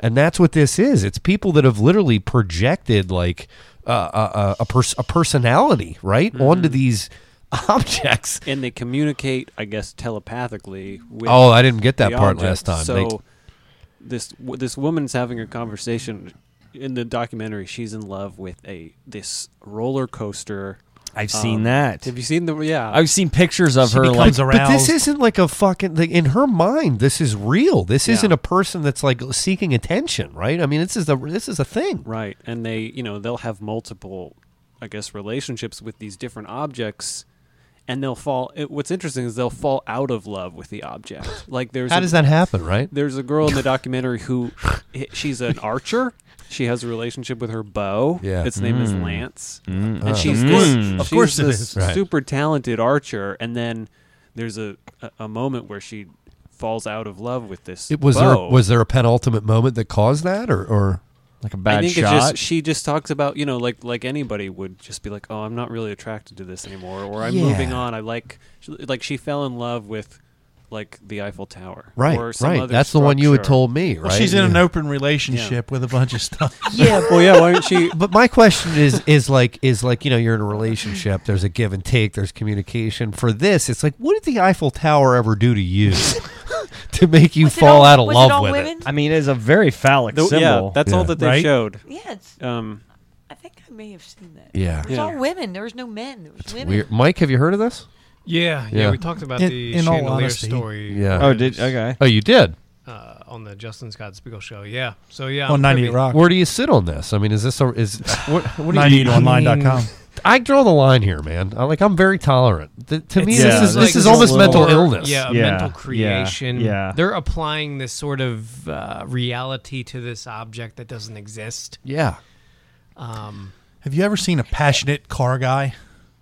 S7: And that's what this is. It's people that have literally projected like uh, uh, a, pers- a personality, right, onto these (laughs) objects.
S11: And they communicate, I guess, telepathically. With
S7: Oh, I didn't get that
S11: the
S7: part
S11: object.
S7: last time.
S11: So this w- this woman's having a conversation in the documentary. She's in love with a this roller coaster. Um,
S6: I've seen that.
S11: Have you seen the? Yeah,
S6: I've seen pictures of her. Like,
S7: but, but this isn't like a fucking like in her mind. This is real. This
S11: Yeah.
S7: isn't a person that's like seeking attention, right? I mean, this is the this is a thing.
S11: Right, and they, you know, they'll have multiple, I guess, relationships with these different objects, and they'll fall. It, what's interesting is they'll fall out of love with the
S7: (laughs)
S11: object. Like there's
S7: How
S11: a-
S7: does that happen, right?
S11: There's a girl in
S7: (laughs)
S11: the documentary who, eh, she's an archer. She has a relationship with her bow.
S7: Yeah.
S11: its name is
S7: Mm.
S11: Lance,
S7: Mm.
S11: and
S7: Ah.
S11: she's
S7: Of
S11: this-
S7: course- of
S11: she's
S7: course it
S11: this
S7: is. Right.
S11: super talented archer. And then there's a, a a moment where she falls out of love with this.
S7: It was
S11: bow.
S7: there was there a penultimate moment that caused that, or or
S6: like a
S11: I think it's just she just talks about you know like like anybody would just be like oh I'm not really attracted to this anymore or I'm
S7: Yeah.
S11: moving on I like she, like she fell in love with like the Eiffel Tower
S7: Right,
S11: or some
S7: right.
S11: other
S7: That's the one you had
S11: structure.
S7: told me,
S8: Well, she's in an open relationship with a bunch of stuff. (laughs)
S7: (laughs)
S8: Yeah,
S11: well, yeah. Why don't she?
S7: But my question is is like is like you know you're in a relationship. There's a give and take. There's communication. For this, it's like what did the Eiffel Tower ever do to you (laughs) to make you fall out of love with it?
S6: I mean, it's a very phallic
S11: The-
S6: symbol.
S11: yeah that's all that they
S6: right?
S11: showed
S9: Yeah, it's-
S11: um
S9: I think I may have seen that.
S7: Yeah.
S9: It was
S7: Yeah.
S9: all women. There was no men. There was women.
S7: Weird. Mike, have you heard of this?
S10: Yeah, yeah, we talked about
S7: In-
S10: the
S7: in all
S10: chandelier
S7: honesty.
S10: story.
S7: Yeah. Oh, did- okay. Oh, you did?
S10: Uh, on the Justin Scott Spiegel show. Yeah. So yeah.
S7: On
S10: I'm
S7: 90
S10: privy.
S7: Where do you sit on this? I mean, is this a is what, what do you
S8: 98online.com.
S7: I draw the line here, man. I like I'm very tolerant. Th- to me,
S10: It's uh,
S7: this is
S10: like
S7: this is almost
S10: more-
S7: mental illness.
S10: Yeah, mental creation.
S6: yeah.
S10: They're applying this sort of uh, reality to this object that doesn't exist.
S7: Yeah.
S10: Um,
S8: Have you ever seen a passionate car guy?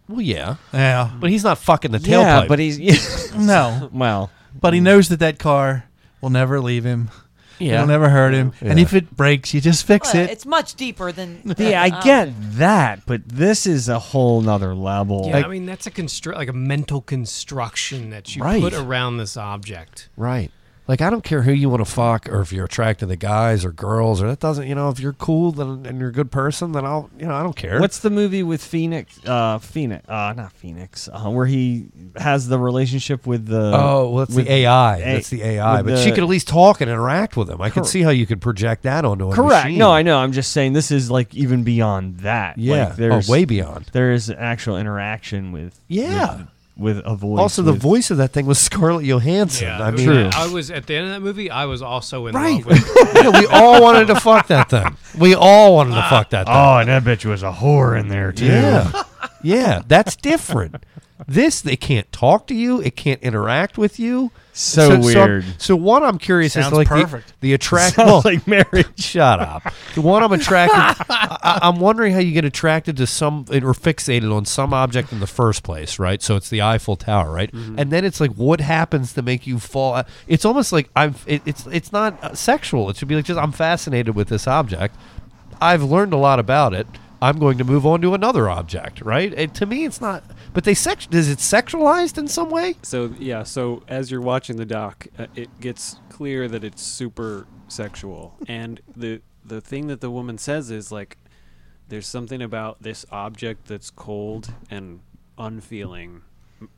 S7: Well, yeah.
S8: Yeah.
S7: But he's not fucking the
S8: Yeah,
S7: tailpipe.
S8: but (laughs)
S7: (laughs)
S8: he's no.
S6: Well,
S8: but he knows that that car will never leave him.
S6: Yeah.
S8: It'll never hurt him. And
S6: Yeah.
S8: if it breaks, you just fix
S9: Well,
S8: it.
S9: It's much deeper than.
S6: (laughs)
S9: than,
S6: Yeah, I
S9: um,
S6: get that, but this is a whole nother level.
S10: yeah, I mean that's a constru- like a mental construction that you
S7: Right.
S10: put around this object.
S7: Right. Like I don't care who you want to fuck or if you're attracted to guys or girls or that doesn't you know if you're cool then, and you're a good person then I'll you know I don't care.
S6: What's the movie with Phoenix? Uh, Phoenix, uh, not Phoenix, uh, where he has the relationship with the.
S7: Oh, well, that's
S6: with
S7: the AI.
S6: A-
S7: that's the AI.
S6: with
S7: But
S6: the-
S7: she could at least talk and interact with him. I can
S6: Cor-
S7: see how you could project that onto a
S6: Correct.
S7: machine.
S6: No, I know. I'm just saying this is like even beyond that.
S7: Yeah.
S6: Like,
S7: Oh, way beyond.
S6: There is actual interaction with.
S7: Yeah.
S6: With, with a voice.
S7: Also, the
S6: with-
S7: voice of that thing was (laughs) Scarlett Johansson. I mean,
S10: I was at the end of that movie. I was also in
S7: Right.
S10: love with.
S7: (laughs) Yeah, we all wanted to fuck that thing. We all wanted to
S10: Ah.
S7: fuck that thing.
S6: Oh, and that bitch was a whore in there too.
S7: Yeah. yeah, that's different. This they can't talk to you, it can't interact with you.
S6: So
S7: I'm-
S6: weird.
S7: so one I'm curious is
S6: Sounds
S7: like
S6: perfect. (laughs)
S7: the, the attract
S6: Sounds
S7: well,
S6: like marriage.
S7: (laughs) Shut up. The one I'm attracted
S6: (laughs)
S7: I, I'm wondering how you get attracted to some or fixated on some object in the first place, right? So it's the Eiffel Tower, right?
S6: Mm-hmm.
S7: And then it's like what happens to make you fall it's almost like I'm it, it's it's not uh, sexual. It should be like just I'm fascinated with this object. I've learned a lot about it. I'm going to move on to another object, right? And to me, it's not. But they sex is it sexualized in some way?
S11: so yeah so as you're watching the doc uh, it gets clear that it's super
S6: (laughs)
S11: sexual and the the thing that the woman says is like there's something about this object that's cold and unfeeling m-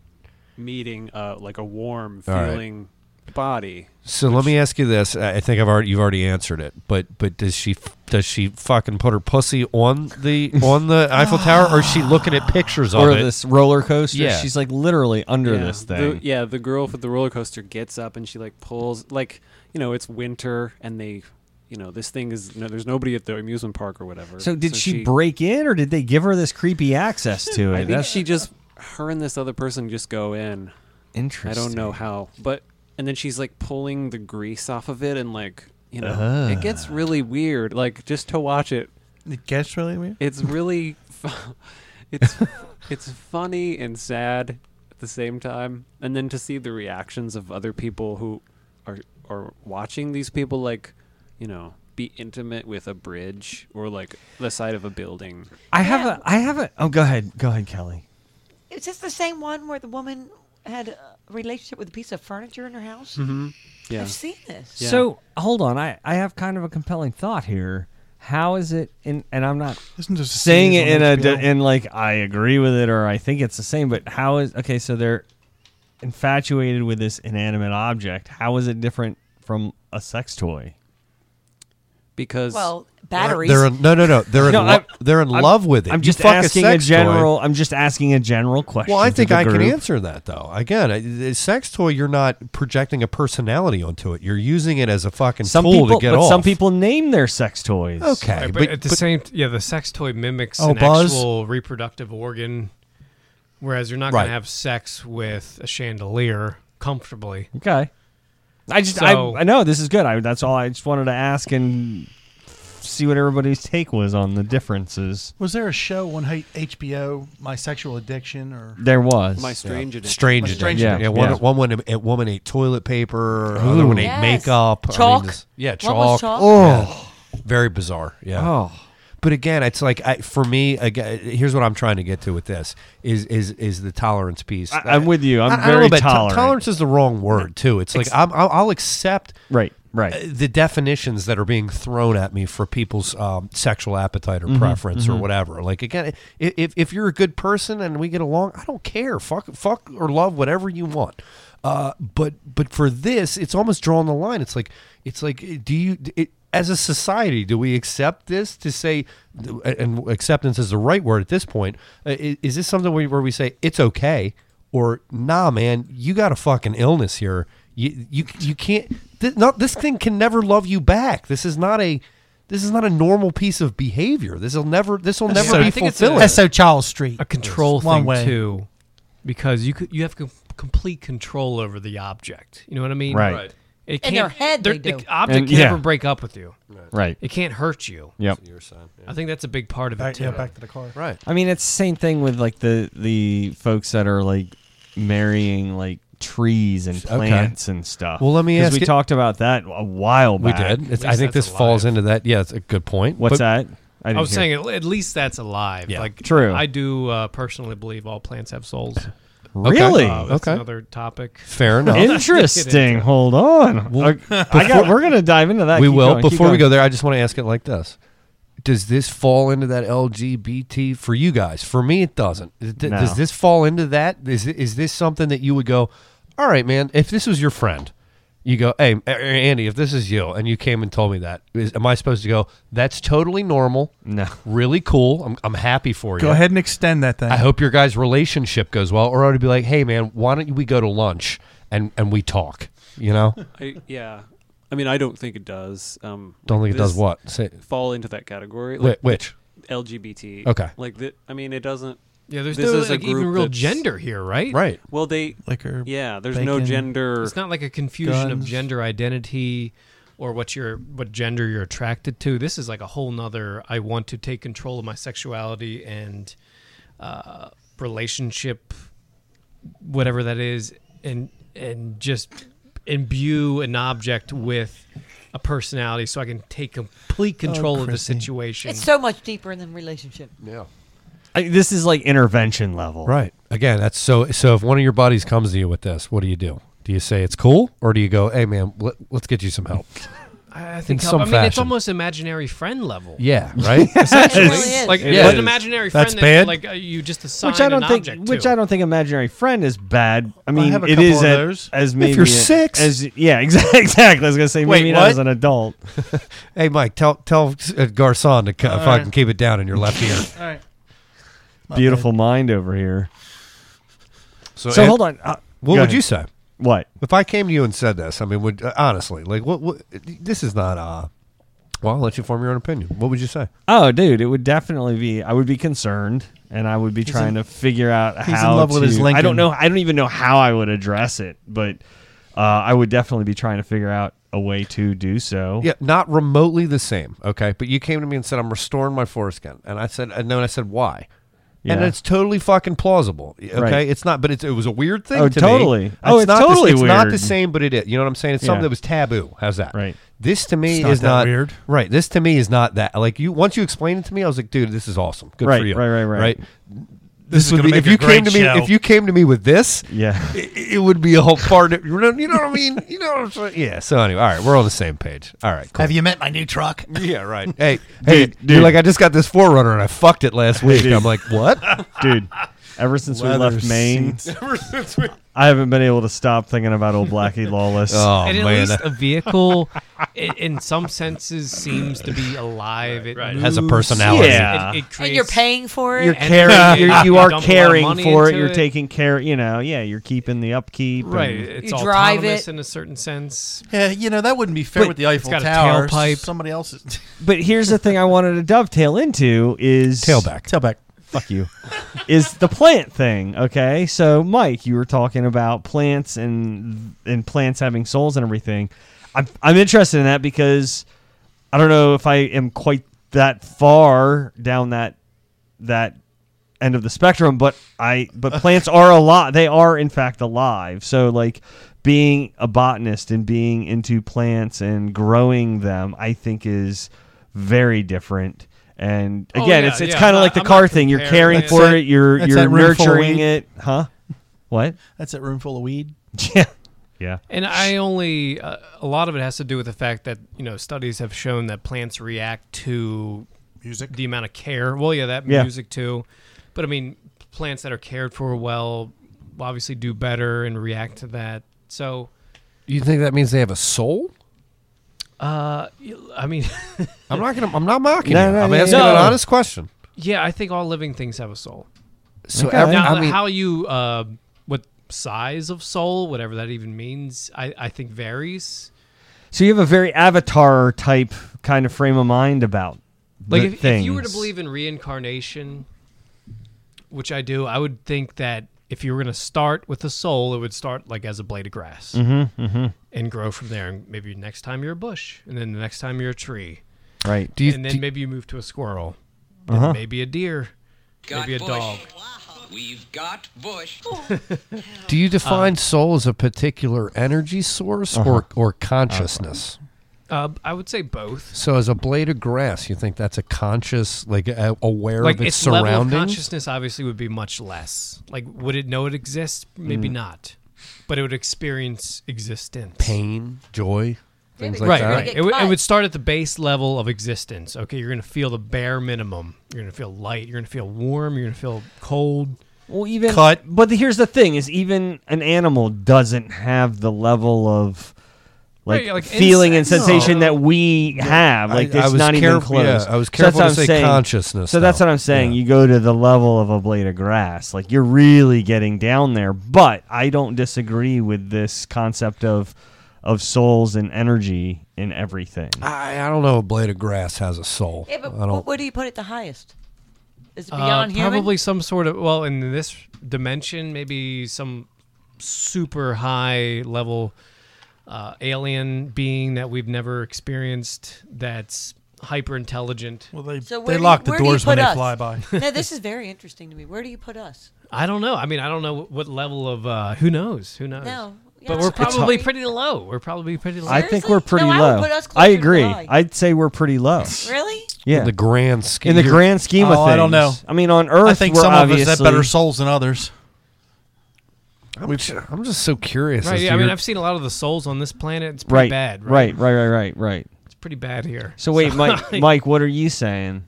S11: meeting uh, like a warm
S7: All right.
S11: feeling body
S7: So let me ask you this. I I think I've already you've already answered it, but but does she f- does she fucking put her pussy on the
S6: (laughs)
S7: on the Eiffel Tower, or is she looking at pictures
S6: Or
S7: of it?
S6: this roller coaster.
S7: Yeah.
S6: She's like literally under
S11: Yeah,
S6: this
S11: the-
S6: thing.
S11: yeah, the girl with the roller coaster gets up and she like pulls like you know it's winter and they you know this thing is no, there's nobody at the amusement park or whatever.
S6: So did she, break in, or did they give her this creepy access to it?
S11: I think
S6: That's-
S11: she just her and this other person just go in. I don't know
S6: Interesting.
S11: how, but and then she's like pulling the grease off of it and like you know
S6: Ah.
S11: it gets really weird. Like just to watch it,
S8: it gets really weird.
S11: It's really, (laughs) fu- it's it's funny and sad at the same time, and then to see the reactions of other people who are are watching these people like you know be intimate with a bridge or like the side of a building.
S6: I have a. I have a. Oh, go ahead. Go ahead, Kelly.
S9: Is this the same one where the woman had a relationship with a piece of furniture in her house?
S11: Mm-hmm. Yeah.
S9: I've seen this.
S6: So hold on, I, I have kind of a compelling thought here. How is it? In, and I'm not
S8: Isn't there a
S6: saying it
S8: series
S6: in
S8: on
S6: a d-
S8: HBO?
S6: in like I agree with it or I think it's the same. But how is okay? So they're infatuated with this inanimate object. How is it different from a sex toy?
S11: Because
S9: Well, batteries.
S7: They're in, no, no, no. They're in,
S6: No,
S7: lo-
S6: I'm-
S7: they're in
S6: I'm-
S7: love with it.
S6: I'm
S7: You
S6: just
S7: fuck a
S6: asking a
S7: sex toy.
S6: general. I'm just asking a general question.
S7: Well, I
S6: to
S7: think
S6: the
S7: I can
S6: group.
S7: answer that though. Again, I- the sex toy, you're not projecting a personality onto it. You're using it as a fucking
S6: Some
S7: tool
S6: people,
S7: to get
S6: but
S7: off.
S6: some people name their sex toys.
S7: Okay,
S10: Right, but,
S7: but-
S10: at the
S7: but-
S10: same, yeah, the sex toy mimics
S6: Oh,
S10: an
S6: Buzz?
S10: actual reproductive organ, whereas you're not going
S6: Right.
S10: to have sex with a chandelier comfortably.
S6: Okay. I just
S10: So-
S6: I, I know this is good. I that's all I just wanted to ask and see what everybody's take was on the differences.
S8: Was there a show on H- HBO, My Sexual Addiction, or
S6: There was.
S11: My Strange Addiction.
S7: Strange
S8: My
S7: addiction.
S8: Strange
S7: Yeah,
S8: Addiction.
S7: One,
S6: Yeah.
S7: one woman, a woman ate toilet paper. Another one ate
S9: Yes.
S7: makeup. I mean,
S9: Chalk.
S7: this- yeah,
S9: What was chalk?
S7: chalk. Oh, very bizarre. Yeah.
S6: Oh.
S7: But again, it's like I, for me. Again, here's what I'm trying to get to with this is is is the tolerance piece.
S6: I- I'm with you. I'm
S7: I- I don't
S6: very
S7: know, but to-
S6: tolerant.
S7: tolerance is the wrong word too. It's like
S6: Ex-
S7: I'm, I'll, I'll accept
S6: Right, right.
S7: uh, the definitions that are being thrown at me for people's um, sexual appetite or
S6: Mhm,
S7: preference or
S6: mhm.
S7: whatever. Like again, i- if if you're a good person and we get along, I don't care. Fuck, fuck or love whatever you want. Uh, but but for this, it's almost drawing the line. It's like it's like do you it, as a society do we accept this to say and acceptance is the right word at this point? Uh, i- is this something where where we say it's okay or nah, man, you got a fucking illness here. You you you can't. This, not this thing can never love you back. This is not a. This is not a normal piece of behavior. This will never. This will never
S10: So-
S7: be
S10: I think it's a-
S7: fulfilling.
S10: That's
S8: so Charles Street?
S10: a control
S8: It's one
S10: thing
S8: way.
S10: too, because you could you have com- complete control over the object. You know what I mean?
S6: Right. Right.
S10: It
S9: In their
S10: can't-
S9: head they
S10: the
S9: do.
S10: object
S6: And-
S10: can
S6: yeah.
S10: never break up with you.
S6: Right.
S10: It can't hurt you.
S6: Yep.
S10: I think that's a big part of it
S8: Back-
S10: too.
S8: yeah, back to the car.
S7: Right.
S6: I mean, it's the same thing with like the the folks that are like marrying like trees and
S7: Okay.
S6: plants and stuff.
S7: Well, let me
S6: 'Cause
S7: ask
S6: We
S7: you-
S6: talked about that a while
S7: We
S6: back.
S7: did. It's, I think this falls into that. Yeah, it's a good point.
S6: What's that?
S7: But-
S10: I,
S6: didn't
S10: was
S6: hear.
S10: saying at, at least that's alive.
S7: Yeah.
S10: Like
S6: True.
S10: I do uh, personally believe all plants have souls.
S7: Okay. Oh,
S6: Really?
S10: Uh, that's
S7: Okay.
S10: Another topic. (laughs)
S7: Fair enough.
S6: Interesting. Hold on.
S7: Well, (laughs)
S6: Okay, I got,
S7: before-
S6: we're gonna dive into that.
S7: we
S6: Keep
S7: will.
S6: going, keep
S7: Before we
S6: going.
S7: go there, I just want to ask it like this: Does this fall into that LGBT for you guys? For me, it doesn't. Th- th-
S6: No.
S7: Does this fall into that? Is thi- is this something that you would go? All right, man. If this was your friend, you go, hey, A- A- Andy, if this is you, and you came and told me that, is, am I supposed to go? That's totally normal.
S6: No.
S7: Really cool. I'm I'm happy for you.
S8: Go ahead and extend that thing.
S7: I hope your guys' relationship goes well, or I would be like, hey, man, why don't we go to lunch and and we talk? You know.
S11: I, yeah. I mean, I don't think it does. Um,
S7: Don't think it does
S11: this
S7: what? Say-
S11: fall into that category.
S7: Whi- which?
S11: LGBT.
S7: Okay.
S11: Like the, I mean, it doesn't.
S10: Yeah, there's
S11: this
S10: no
S11: is a
S10: like, even
S11: group
S10: real
S11: that's-
S10: gender here, right?
S7: Right.
S11: Well, they
S8: Liquor,
S11: Yeah, there's no
S8: bacon,
S11: gender.
S10: It's not like a confusion of
S8: guns.
S10: gender identity or what you're what gender you're attracted to. This is like a whole nother I want to take control of my sexuality and uh, relationship whatever that is and and just imbue an object with a personality so I can take
S11: Oh,
S10: complete control of the
S8: Chrissy.
S10: situation.
S9: It's so much deeper than relationship.
S7: Yeah.
S6: I, this is like intervention level.
S7: Right. Again, that's so. So if one of your buddies comes to you with this, what do you do? Do you say it's cool, or do you go, "Hey, man, let, let's get you some help"?
S10: I I think
S7: in some
S10: I mean it's
S7: fashion.
S10: almost imaginary friend level.
S7: Yeah.
S6: (laughs)
S7: Right.
S10: (laughs) Essentially,
S9: It really is.
S10: like
S7: It is.
S10: an imaginary friend
S7: That's
S10: that
S7: bad?
S10: like uh, you just assign
S6: Which I don't
S10: an
S6: think.
S10: object
S6: Which
S10: to.
S6: I don't think imaginary friend is bad. I mean,
S8: have a
S6: it
S8: couple
S6: is
S8: of
S6: a-
S8: those.
S6: as
S7: If
S6: maybe
S7: you're
S6: a-
S7: six.
S6: As yeah, (laughs) exactly. (laughs) Exactly. I was gonna say
S7: Wait,
S6: maybe not as
S7: what?
S6: an adult.
S7: (laughs) hey, Mike, tell tell uh, Garcon to c-
S8: All
S7: fucking
S8: right.
S7: keep it down in your left ear.
S8: All right. My
S6: Beautiful mind over here. So,
S7: Ed,
S6: hold on. Uh,
S7: What
S6: go
S7: would
S6: ahead.
S7: you say
S6: What?
S7: if I came to you and said this? I mean, would uh, honestly, like, what, what? This is not. uh Well, I'll let you form your own opinion. What would you say?
S6: Oh, dude, it would definitely be. I would be concerned, and I would be trying to figure out
S8: he's in
S6: how.
S8: love
S6: to,
S8: with his
S6: I don't
S8: Lincoln.
S6: know. I don't even know how I would address it, but uh, I would definitely be trying to figure out a way to do so.
S7: Yeah, not remotely the same. Okay, but you came to me and said I'm restoring my foreskin, and I said, and then I said why, and
S6: Yeah.
S7: it's totally fucking plausible. Okay,
S6: Right.
S7: it's not, but it's, it was a weird thing.
S6: Oh,
S7: to
S6: totally.
S7: Me.
S6: Oh, it's
S7: not
S6: totally
S7: the, It's not the
S6: weird.
S7: same, but it is. You know what I'm saying? It's
S6: Yeah.
S7: something that was taboo. How's that?
S6: Right.
S7: This to me
S8: It's not
S7: is
S8: that
S7: not
S8: weird.
S7: Right. This to me is not that. Like you, once you explained it to me, I was like, dude, this is awesome. Good
S6: Right,
S7: for you.
S6: right, right, right.
S7: Right. This,
S8: is
S7: would
S8: gonna
S7: be
S8: make
S7: if
S8: a
S7: you
S8: great
S7: came to me
S8: show.
S7: if you came to me with this.
S6: Yeah,
S7: it, it would be a whole part. Of, you know, you know what I mean? You know what I'm saying? Yeah. So anyway, all right, we're on the same page. All right. Cool.
S12: Have you met my new truck?
S7: Yeah, right.
S12: (laughs)
S7: Hey, hey,
S6: Dude,
S7: you're
S6: dude.
S7: like I just got this forerunner and I fucked
S6: (laughs)
S7: it last week.
S6: Dude.
S7: I'm like, what?
S6: dude. Ever since we
S7: Leather
S6: left Maine,
S7: seats.
S10: Ever since we-
S6: (laughs) I haven't been able to stop thinking about old (laughs) Blackie Lawless.
S7: Oh,
S10: and at least a (laughs) vehicle, i in some senses, seems to be alive. It
S7: It has a
S10: moves.
S7: personality.
S6: Yeah.
S9: And
S10: It, it
S9: you're
S10: creates-
S9: paying for it.
S6: You're
S10: and
S6: caring. You're, you are
S10: dump a lot of
S6: caring
S10: money
S6: for it.
S10: into
S6: You're taking care. You know, yeah. You're keeping the upkeep. and-
S10: right. It's
S9: You
S10: all
S9: drive
S10: autonomous
S9: it.
S10: in a certain sense.
S8: Yeah, you know that wouldn't be fair
S10: But
S8: with the Eiffel
S10: it's got a
S8: Tower.
S10: tailpipe.
S8: Somebody else's
S6: But here's the thing I wanted to dovetail into is
S7: tailback.
S8: tailback.
S7: Fuck you.
S6: (laughs) is the plant thing. Okay, so Mike, you were talking about plants and and plants having souls and everything. I'm I'm interested in that because I don't know if I am quite that far down that that end of the spectrum, but I (laughs) but plants are alive. They are in fact alive. So like being a botanist and being into plants and growing them, I think is very different. And
S10: Oh,
S6: again,
S10: yeah,
S6: it's it's
S10: yeah,
S6: kind of
S10: I'm
S6: like the
S10: not- I'm
S6: car
S10: not
S6: thing. You're
S10: comparing
S6: caring
S10: it.
S6: for
S8: That's
S6: it. You're
S8: that- that's
S6: you're
S8: that room full of
S6: nurturing
S8: weed.
S6: it, huh? What?
S8: (laughs) That's that room full of weed.
S6: Yeah. Yeah.
S10: And I only uh, a lot of it has to do with the fact that you know studies have shown that plants react to music, the amount of care. Well, yeah, that
S6: Yeah.
S10: music too, but I mean, plants that are cared for well obviously do better and react to that. So,
S7: You think that means they have a soul?
S10: uh, y- I mean, (laughs)
S7: I'm not gonna. I'm not mocking
S6: No,
S7: you.
S6: no,
S7: I'm
S6: yeah,
S7: asking
S10: yeah.
S7: an
S10: No.
S7: honest question.
S10: yeah, I think all living things have a soul.
S7: So
S6: Okay.
S7: every,
S10: Now,
S7: I mean,
S10: how you uh, what size of soul, whatever that even means, I, I think varies.
S6: So you have a very avatar type kind of frame of mind about
S10: Like
S6: the
S10: if,
S6: things.
S10: if you were to believe in reincarnation, which I do, I would think that if you were going to start with a soul, it would start like as a blade of grass
S6: Mhm, mhm.
S10: and grow from there. And maybe next time you're a bush, and then the next time you're a tree,
S6: right?
S7: do you,
S10: and then
S7: do-
S10: maybe you move to a squirrel,
S6: Uh-huh.
S10: and maybe a deer, maybe a dog.
S5: We've got Bush.
S7: Do
S10: Uh-huh.
S7: you
S10: Uh,
S7: define soul as a particular energy source
S6: Uh-huh.
S7: or, or consciousness?
S10: Uh, I would say both.
S7: So, as a blade of grass, you think that's a conscious, like a, aware
S10: Like
S7: of its,
S10: its level of
S7: surroundings?
S10: consciousness obviously would be much less. Like, would it know it exists? Maybe
S7: Mm.
S10: not, but it would experience existence.
S7: Pain, joy, things like
S10: right,
S7: that.
S10: right.
S9: get
S10: It, would it
S9: cut.
S10: would start at the base level of existence. Okay, you're going to feel the bare minimum. You're going to feel light. You're going to feel warm. You're going to feel cold.
S6: Well, even
S8: Cut.
S6: But the- here's the thing: is even an animal doesn't have the level of like,
S10: Right, like
S6: feeling and
S10: insects.
S6: sensation
S10: No.
S6: that we have. Like
S7: I- I
S6: it's
S7: was
S6: not even
S7: careful-
S6: close.
S7: yeah, I was
S6: So that's
S7: careful
S6: what
S7: to
S6: I'm
S7: say
S6: saying.
S7: consciousness,
S6: So that's
S7: though.
S6: what I'm saying.
S7: Yeah.
S6: You go to the level of a blade of grass. Like you're really getting down there. But I don't disagree with this concept of of souls and energy in everything.
S7: I, I don't know. A blade of grass has a soul.
S9: Yeah, but
S7: I don't.
S9: what, what do you put at the highest? Is it
S10: Uh,
S9: beyond human?
S10: probably some sort of well in this dimension, maybe some super high level uh, alien being that we've never experienced. That's hyper intelligent.
S8: Well, they
S9: So where
S8: they
S9: do you-
S8: lock the
S9: where do you
S8: doors when
S9: put
S8: they
S9: us? (laughs)
S8: fly by.
S9: no, this is very interesting to me. Where do you put us?
S10: (laughs) I don't know. I mean, I don't know what level of uh, who knows. Who knows?
S9: No. Yeah,
S10: But
S9: I'm
S10: we're
S9: sorry.
S10: probably pretty low. We're probably pretty low.
S6: I think we're
S9: Seriously?
S6: pretty
S9: No, I would
S6: low.
S9: put us
S6: I
S9: closer to
S6: agree.
S9: July.
S6: I'd say we're pretty low.
S9: Really?
S6: Yeah.
S7: In the grand scheme.
S6: in the grand scheme of
S8: Oh,
S6: things.
S8: I don't know.
S6: I mean, on Earth,
S8: I think
S6: we're
S8: some of us have
S6: obviously-
S8: better souls than others.
S7: I'm, ju- I'm just so curious.
S10: Right.
S7: as
S10: Yeah,
S7: to
S10: I mean,
S7: your-
S10: I've seen a lot of the souls on this planet. It's pretty
S6: Right,
S10: bad. Right?
S6: right, right, right, right, right.
S10: It's pretty bad here.
S6: So wait, Mike, Mike, what are you saying?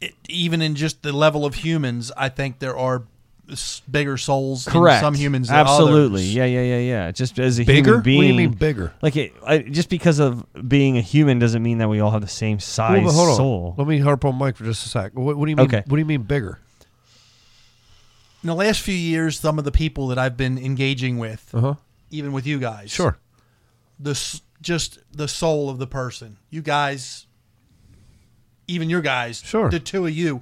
S8: It, even in just the level of humans, I think there are s- bigger souls
S6: Correct.
S8: in some humans than
S6: absolutely.
S8: others.
S6: Yeah, yeah, yeah, yeah. Just as a
S7: Bigger?
S6: human being,
S7: What do you mean bigger?
S6: Like it, I, just because of being a human doesn't mean that we all have the same
S7: Well,
S6: size
S7: but hold on.
S6: soul.
S7: Let me harp on Mike for just a sec. What, what do you mean?
S6: Okay.
S7: What do you mean bigger?
S8: In the last few years, some of the people that I've been engaging with,
S7: Uh-huh.
S8: even with you guys,
S7: Sure.
S8: the s- just the soul of the person. You guys, even your guys,
S7: Sure.
S8: the two of you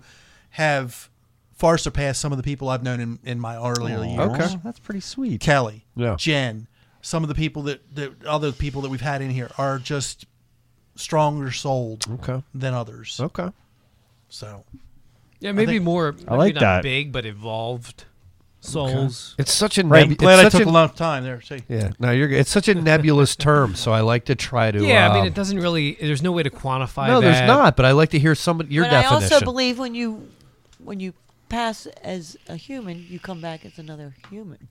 S8: have far surpassed some of the people I've known in, in my earlier years.
S7: Okay.
S6: Oh, that's pretty sweet.
S8: Kelly,
S7: Yeah.
S8: Jen, some of the people that, that other people that we've had in here are just stronger souled
S7: Okay.
S8: than others.
S7: Okay.
S8: So
S10: Yeah, maybe
S8: think-
S10: more.
S6: I
S10: maybe
S6: like
S10: not
S6: that.
S10: Big but evolved souls.
S7: It's such a
S8: right,
S7: nebu-
S8: I'm glad
S7: it's
S8: I
S7: such
S8: took a
S7: a-
S8: long time there. See,
S7: Yeah, no, you're. good. It's such a nebulous term, so I like to try to.
S10: Yeah, I mean,
S7: um,
S10: it doesn't really. There's no way to quantify.
S7: No, there's
S9: (laughs)
S10: that.
S7: not. But I like to hear somebody your
S9: but I
S7: definition.
S9: also believe when you when you pass as a human, you come back as another human.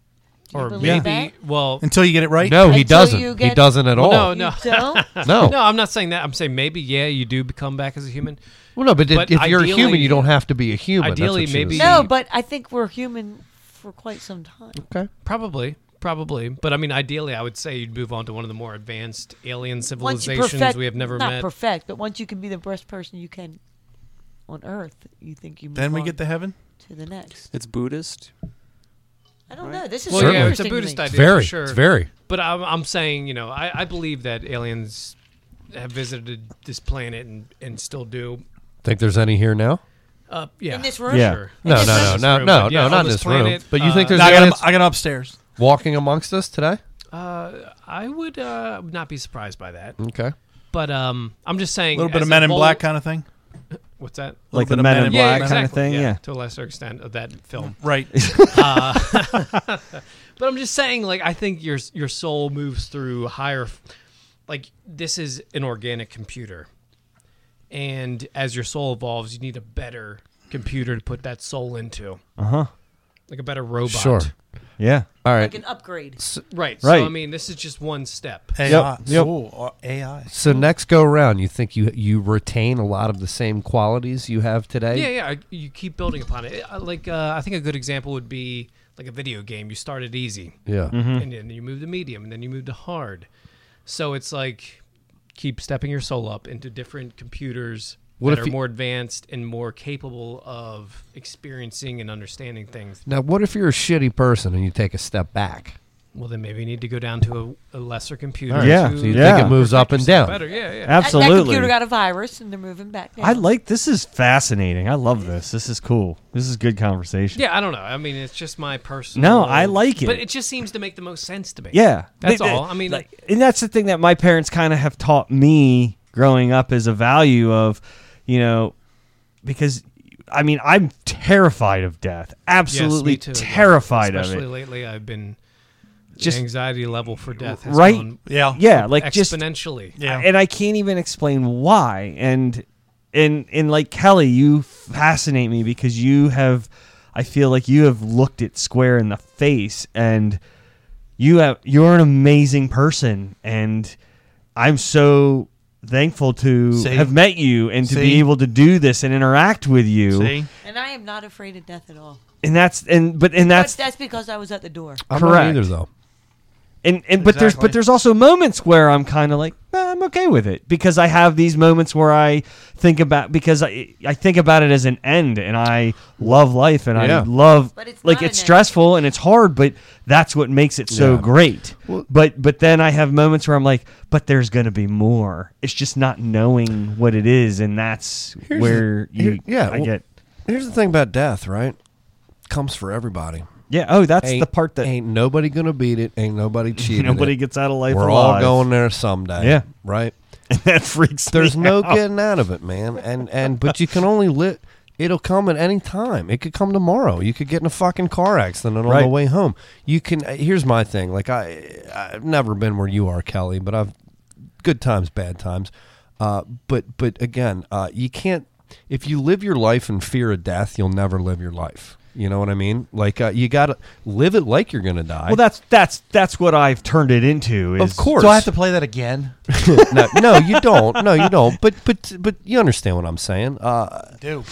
S9: Do you
S10: Or
S9: believe
S10: maybe,
S9: that?
S10: well,
S8: Until you get it right?
S7: No, he
S9: Until
S7: doesn't.
S9: you
S7: he
S9: get-
S7: doesn't at all.
S9: Well,
S10: No, no,
S9: You don't?
S7: (laughs) No.
S10: no. I'm not saying that. I'm saying maybe, yeah, you do become back as a human.
S7: Well, no, but, if you're a human, you don't have to be a human. That's
S10: Ideally,
S7: what she
S10: maybe
S7: was-
S9: No, but I think we're human for quite some time.
S7: Okay.
S10: Probably, probably. But I mean, ideally, I would say you'd move on to one of the more advanced alien
S9: Once you
S10: civilizations
S9: perfect-
S10: we have never
S9: not
S10: met.
S9: perfect, but once you can be the best person you can on Earth, you think you. Move
S8: Then we
S9: on
S8: get to heaven?
S9: To the next.
S11: It's Buddhist.
S9: I don't know. This is
S10: well, yeah, it's a
S9: interesting to
S10: Buddhist
S9: me.
S10: idea.
S7: very-
S10: for sure.
S7: it's very.
S10: But I'm, I'm saying, you know, I, I believe that aliens have visited this planet and, and still do.
S7: Think there's any here now?
S10: Uh, yeah.
S9: In this room?
S7: Yeah.
S10: Sure.
S7: No,
S10: In
S7: no,
S10: this
S7: no,
S10: room, but
S7: no, no,
S10: yeah,
S7: no,
S10: on
S7: not in
S10: this
S7: this room.
S10: planet,
S7: But you think
S10: uh,
S7: there's
S8: I got 'em-
S7: aliens
S8: I got 'em upstairs.
S7: walking amongst us today?
S10: Uh, I would uh, not be surprised by that.
S7: Okay.
S10: But um, I'm just saying.
S8: Little bit
S10: as
S8: of Men in
S10: whole-
S8: Black kinda thing?
S10: What's that?
S8: Like Little the bit of Men Men in in Black
S10: yeah,
S8: kinda
S10: exactly.
S8: thing? Yeah.
S10: To a lesser extent of that film.
S8: (laughs) Right.
S10: uh, (laughs) but I'm just saying, like, I think your your soul moves through higher. f- Like, this is an organic computer, and as your soul evolves, you need a better computer to put that soul into.
S6: Uh-huh.
S10: Like a better robot.
S7: Sure.
S6: Yeah.
S7: All right.
S9: Like an upgrade.
S10: Right. So
S6: Right.
S10: I mean, this is just one step.
S8: AI.
S6: Yep.
S8: Ooh, uh, AI.
S7: So next go round, you think you you retain a lot of the same qualities you have today?
S10: Yeah, yeah. I- You keep building upon it. I- Like uh, I think a good example would be like a video game. You start it easy.
S7: Yeah.
S6: Mhm.
S10: And then you move to medium, and then you move to hard. So it's like keep stepping your soul up into different computers
S7: What
S10: that
S7: if
S10: are
S7: you-
S10: more advanced and more capable of experiencing and understanding things.
S7: Now, what if you're a shitty person and you take a step back?
S10: Well, then maybe you need to go down to a, a lesser computer.
S7: All right,
S10: to
S7: so you think Yeah. it moves up
S10: perfect
S7: and
S10: yourself
S7: down.
S10: Better, yeah, yeah.
S9: That- That
S6: Absolutely.
S9: computer got a virus, and they're moving back. Down.
S6: I like this is fascinating. I love this. This is cool. This is good conversation.
S10: Yeah, I don't know. I mean, it's just my personal.
S6: No, I like it.
S10: But it just seems to make the most sense to me.
S6: Yeah.
S10: that's
S6: They- they-
S10: all. I mean,
S6: like, and that's the thing that my parents kind of have taught me growing up is a value of, you know, because I mean, I'm terrified of death. Absolutely
S10: yes, me too.
S6: terrified of
S10: Especially
S6: it.
S10: lately, I've been the
S6: Just-
S10: anxiety level for death. Has
S6: right?
S10: gone
S6: Yeah, like just
S10: exponentially.
S6: And I can't even explain why. And and and like Kelly, you fascinate me because you have I feel like you have looked it square in the face and you have you're an amazing person and I'm so thankful to
S8: See?
S6: have met you and to
S8: See?
S6: be able to do this and interact with you.
S8: See?
S9: And I am not afraid of death at all.
S6: And that's and but and
S9: But
S6: that's
S9: that's because I was at the door.
S7: I'm
S6: Correct.
S7: not either though.
S6: And and but there's
S7: Exactly.
S6: but there's also moments where I'm kind of like "Nah, I'm okay with it because I have these moments where I think about because I I think about it as an end and I love life and
S7: Yeah.
S6: I love
S9: But it's
S6: like
S9: not
S6: it's
S9: an end.
S6: stressful and it's hard but that's what makes it so
S7: Yeah.
S6: great.
S7: Well-
S6: but but then I have moments where I'm like but there's going to be more. It's just not knowing what it is and that's
S7: Here's
S6: where
S7: the-
S6: you
S7: here- yeah,
S6: I
S7: well-
S6: get
S7: Here's the thing about death, right? Comes for everybody.
S6: Yeah, oh that's the
S7: Ain't-
S6: part that
S7: ain't nobody gonna beat it. Ain't (laughs) nobody cheating.
S6: Nobody
S7: it.
S6: gets out of life
S7: We're
S6: alive.
S7: all going there someday.
S6: Yeah. (laughs)
S7: right.
S6: that freaks
S7: There's
S6: me
S7: no
S6: out.
S7: getting out of it, man. And and but you can only lit. It'll come at any time. It could come tomorrow. You could get in a fucking car accident on
S6: Right.
S7: the way home. You can. uh, Here's my thing. Like I, I've never been where you are, Kelly. But I've good times, bad times. Uh, but but again, uh, you can't. If you live your life in fear of death, you'll never live your life. You know what I mean? Like uh, you gotta live it like you're gonna die.
S6: Well, that's that's that's what I've turned it into. Is
S7: of course.
S8: Do I have to play that again?
S7: no, no, you don't. No, you don't. But but but you understand what I'm saying. Uh,
S8: do.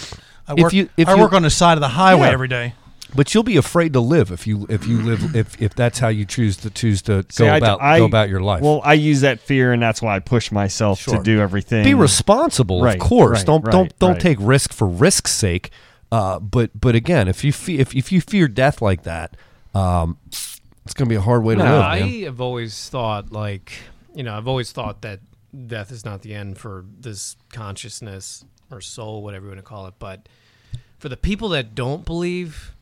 S8: I
S7: If
S8: work,
S7: you- if
S8: I
S7: you-
S8: work on the side of the highway
S7: Yeah.
S8: every day.
S7: But you'll be afraid to live if you if you live if, if that's how you choose to choose to go
S6: See, I d-
S7: about
S6: I-
S7: go about your life.
S6: Well, I use that fear, and that's why I push myself
S7: Sure.
S6: to do everything.
S7: be responsible,
S6: Right,
S7: of course.
S6: right,
S7: don't
S6: right,
S7: don't don't
S6: right.
S7: take risk for risk's sake. Uh, but but again, if you fe- if if you fear death like that, um, it's gonna be a hard way to
S10: No,
S7: live.
S10: I
S7: man.
S10: have always thought like you know I've always thought that death is not the end for this consciousness or soul, whatever you want to call it. But for the people that don't believe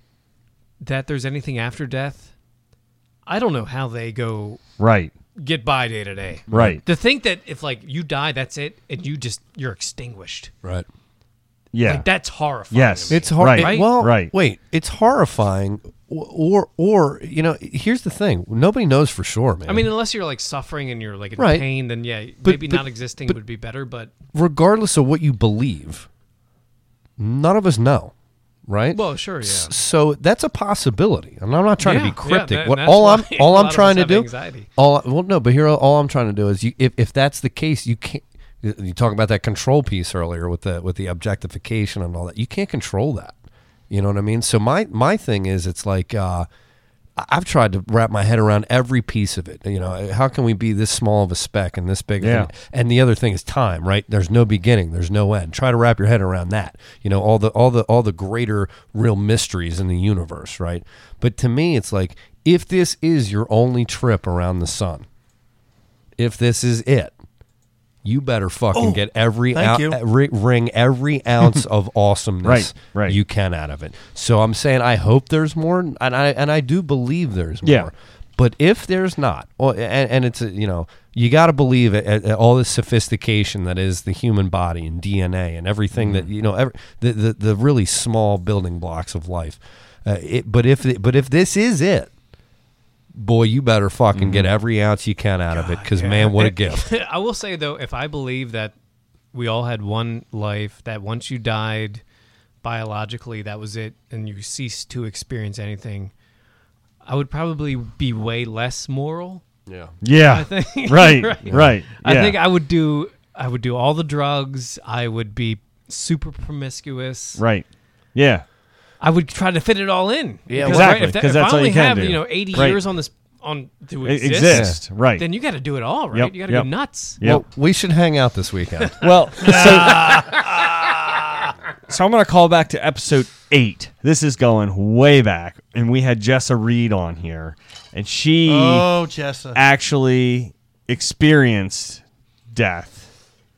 S10: that there's anything after death, I don't know how they go
S6: Right.
S10: get by day to day.
S6: Right.
S10: To think that if like you die, that's it, and you just you're extinguished.
S7: Right.
S6: Yeah.
S10: Like, that's horrifying.
S6: Yes.
S7: It's hor-
S6: Right.
S7: it- well,
S6: Right.
S7: Wait, it's horrifying. Or, or or you know, here's the thing. Nobody knows for sure, man.
S10: I mean, unless you're like suffering and you're like in
S7: Right.
S10: pain, then yeah,
S7: But-
S10: maybe
S7: but-
S10: not existing
S7: but-
S10: would be better. But
S7: regardless of what you believe, none of us know. right?
S10: Well, sure, yeah.
S7: S- So that's a possibility, and I'm not trying to
S10: Yeah,
S7: be
S10: yeah,
S7: cryptic.
S10: that-
S7: what
S10: that's
S7: all
S10: why
S7: I'm
S10: (laughs) a
S7: all
S10: lot
S7: I'm
S10: of
S7: trying
S10: us
S7: to
S10: have
S7: do,
S10: anxiety.
S7: all well, no, but here all I'm trying to do is you if, if that's the case, you can't. You talk about that control piece earlier with the with the objectification and all that. You can't control that. You know what I mean? So my my thing is, it's like. Uh, I- I've tried to wrap my head around every piece of it. You know, how can we be this small of a speck and this big? of an-
S6: Yeah.
S7: and the other thing is time, right? There's no beginning, there's no end. Try to wrap your head around that. You know, all the all the all the greater real mysteries in the universe, right? But to me, it's like if this is your only trip around the sun, if this is it, you better fucking
S8: Oh,
S7: get every
S8: thank
S7: out,
S8: you.
S7: ri- wring
S6: (laughs)
S7: every ounce of awesomeness
S6: Right, right.
S7: you can out of it. So I'm saying I hope there's more, and I and I do believe there's more.
S6: Yeah.
S7: But if there's not, well, and, and it's uh, you know you got to believe it, at, at all the sophistication that is the human body and DNA and everything
S6: Mm-hmm.
S7: that you know every, the, the the really small building blocks of life. Uh, it, but if it- but if this is it, boy, you better fucking get
S6: Mm-hmm.
S7: every ounce you can out of it because
S10: (laughs)
S7: man, what a gift.
S10: I will say though, if I believe that we all had one life, that once you died biologically, that was it, and you ceased to experience anything, I would probably be way less moral.
S7: Yeah.
S6: Yeah.
S10: I
S7: (laughs)
S10: think, (laughs)
S6: Right, right,
S10: I
S6: yeah.
S10: think I would do. I would do all the drugs. I would be super promiscuous.
S6: Right. Yeah.
S10: I would try to fit it all in.
S6: Yeah,
S10: right,
S6: exactly,
S10: if that-
S6: 'cause
S10: if
S6: that's
S10: I
S6: all you
S10: only
S6: can
S10: have
S6: do.
S10: you know eighty
S6: Right.
S10: years on this on to
S6: E-
S10: exist,
S6: exist, right.
S10: Then you got to do it all, right?
S6: Yep,
S10: You got to
S6: yep.
S10: go nuts. (laughs)
S7: Well, we should hang out this weekend.
S6: Well,
S10: (laughs)
S6: so, so I'm going to call back to episode eight. This is going way back, and we had Jessa Reed on here, and she
S8: Oh, Jessa.
S6: actually experienced death.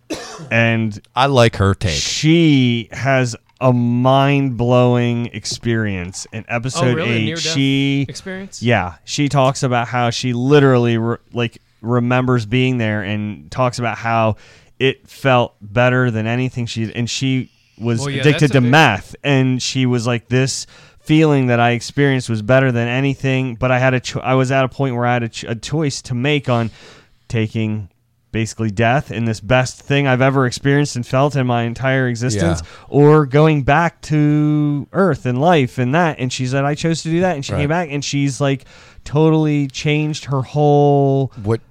S6: (coughs) And
S7: I like her take.
S6: She has a mind blowing experience in episode
S10: Oh, really? A
S6: eight.
S10: near-death
S6: She
S10: experience?
S6: Yeah, she talks about how she literally re- like remembers being there and talks about how it felt better than anything she and she was
S10: Well, yeah,
S6: addicted
S10: that's
S6: to
S10: a big-
S6: meth and she was like this feeling that I experienced was better than anything, but I had a cho- I was at a point where I had a, ch- a choice to make on taking basically death and this best thing I've ever experienced and felt in my entire existence or going back to earth and life and that and she said I chose to do that and she came
S7: Right.
S6: back and she's like totally changed her whole
S7: what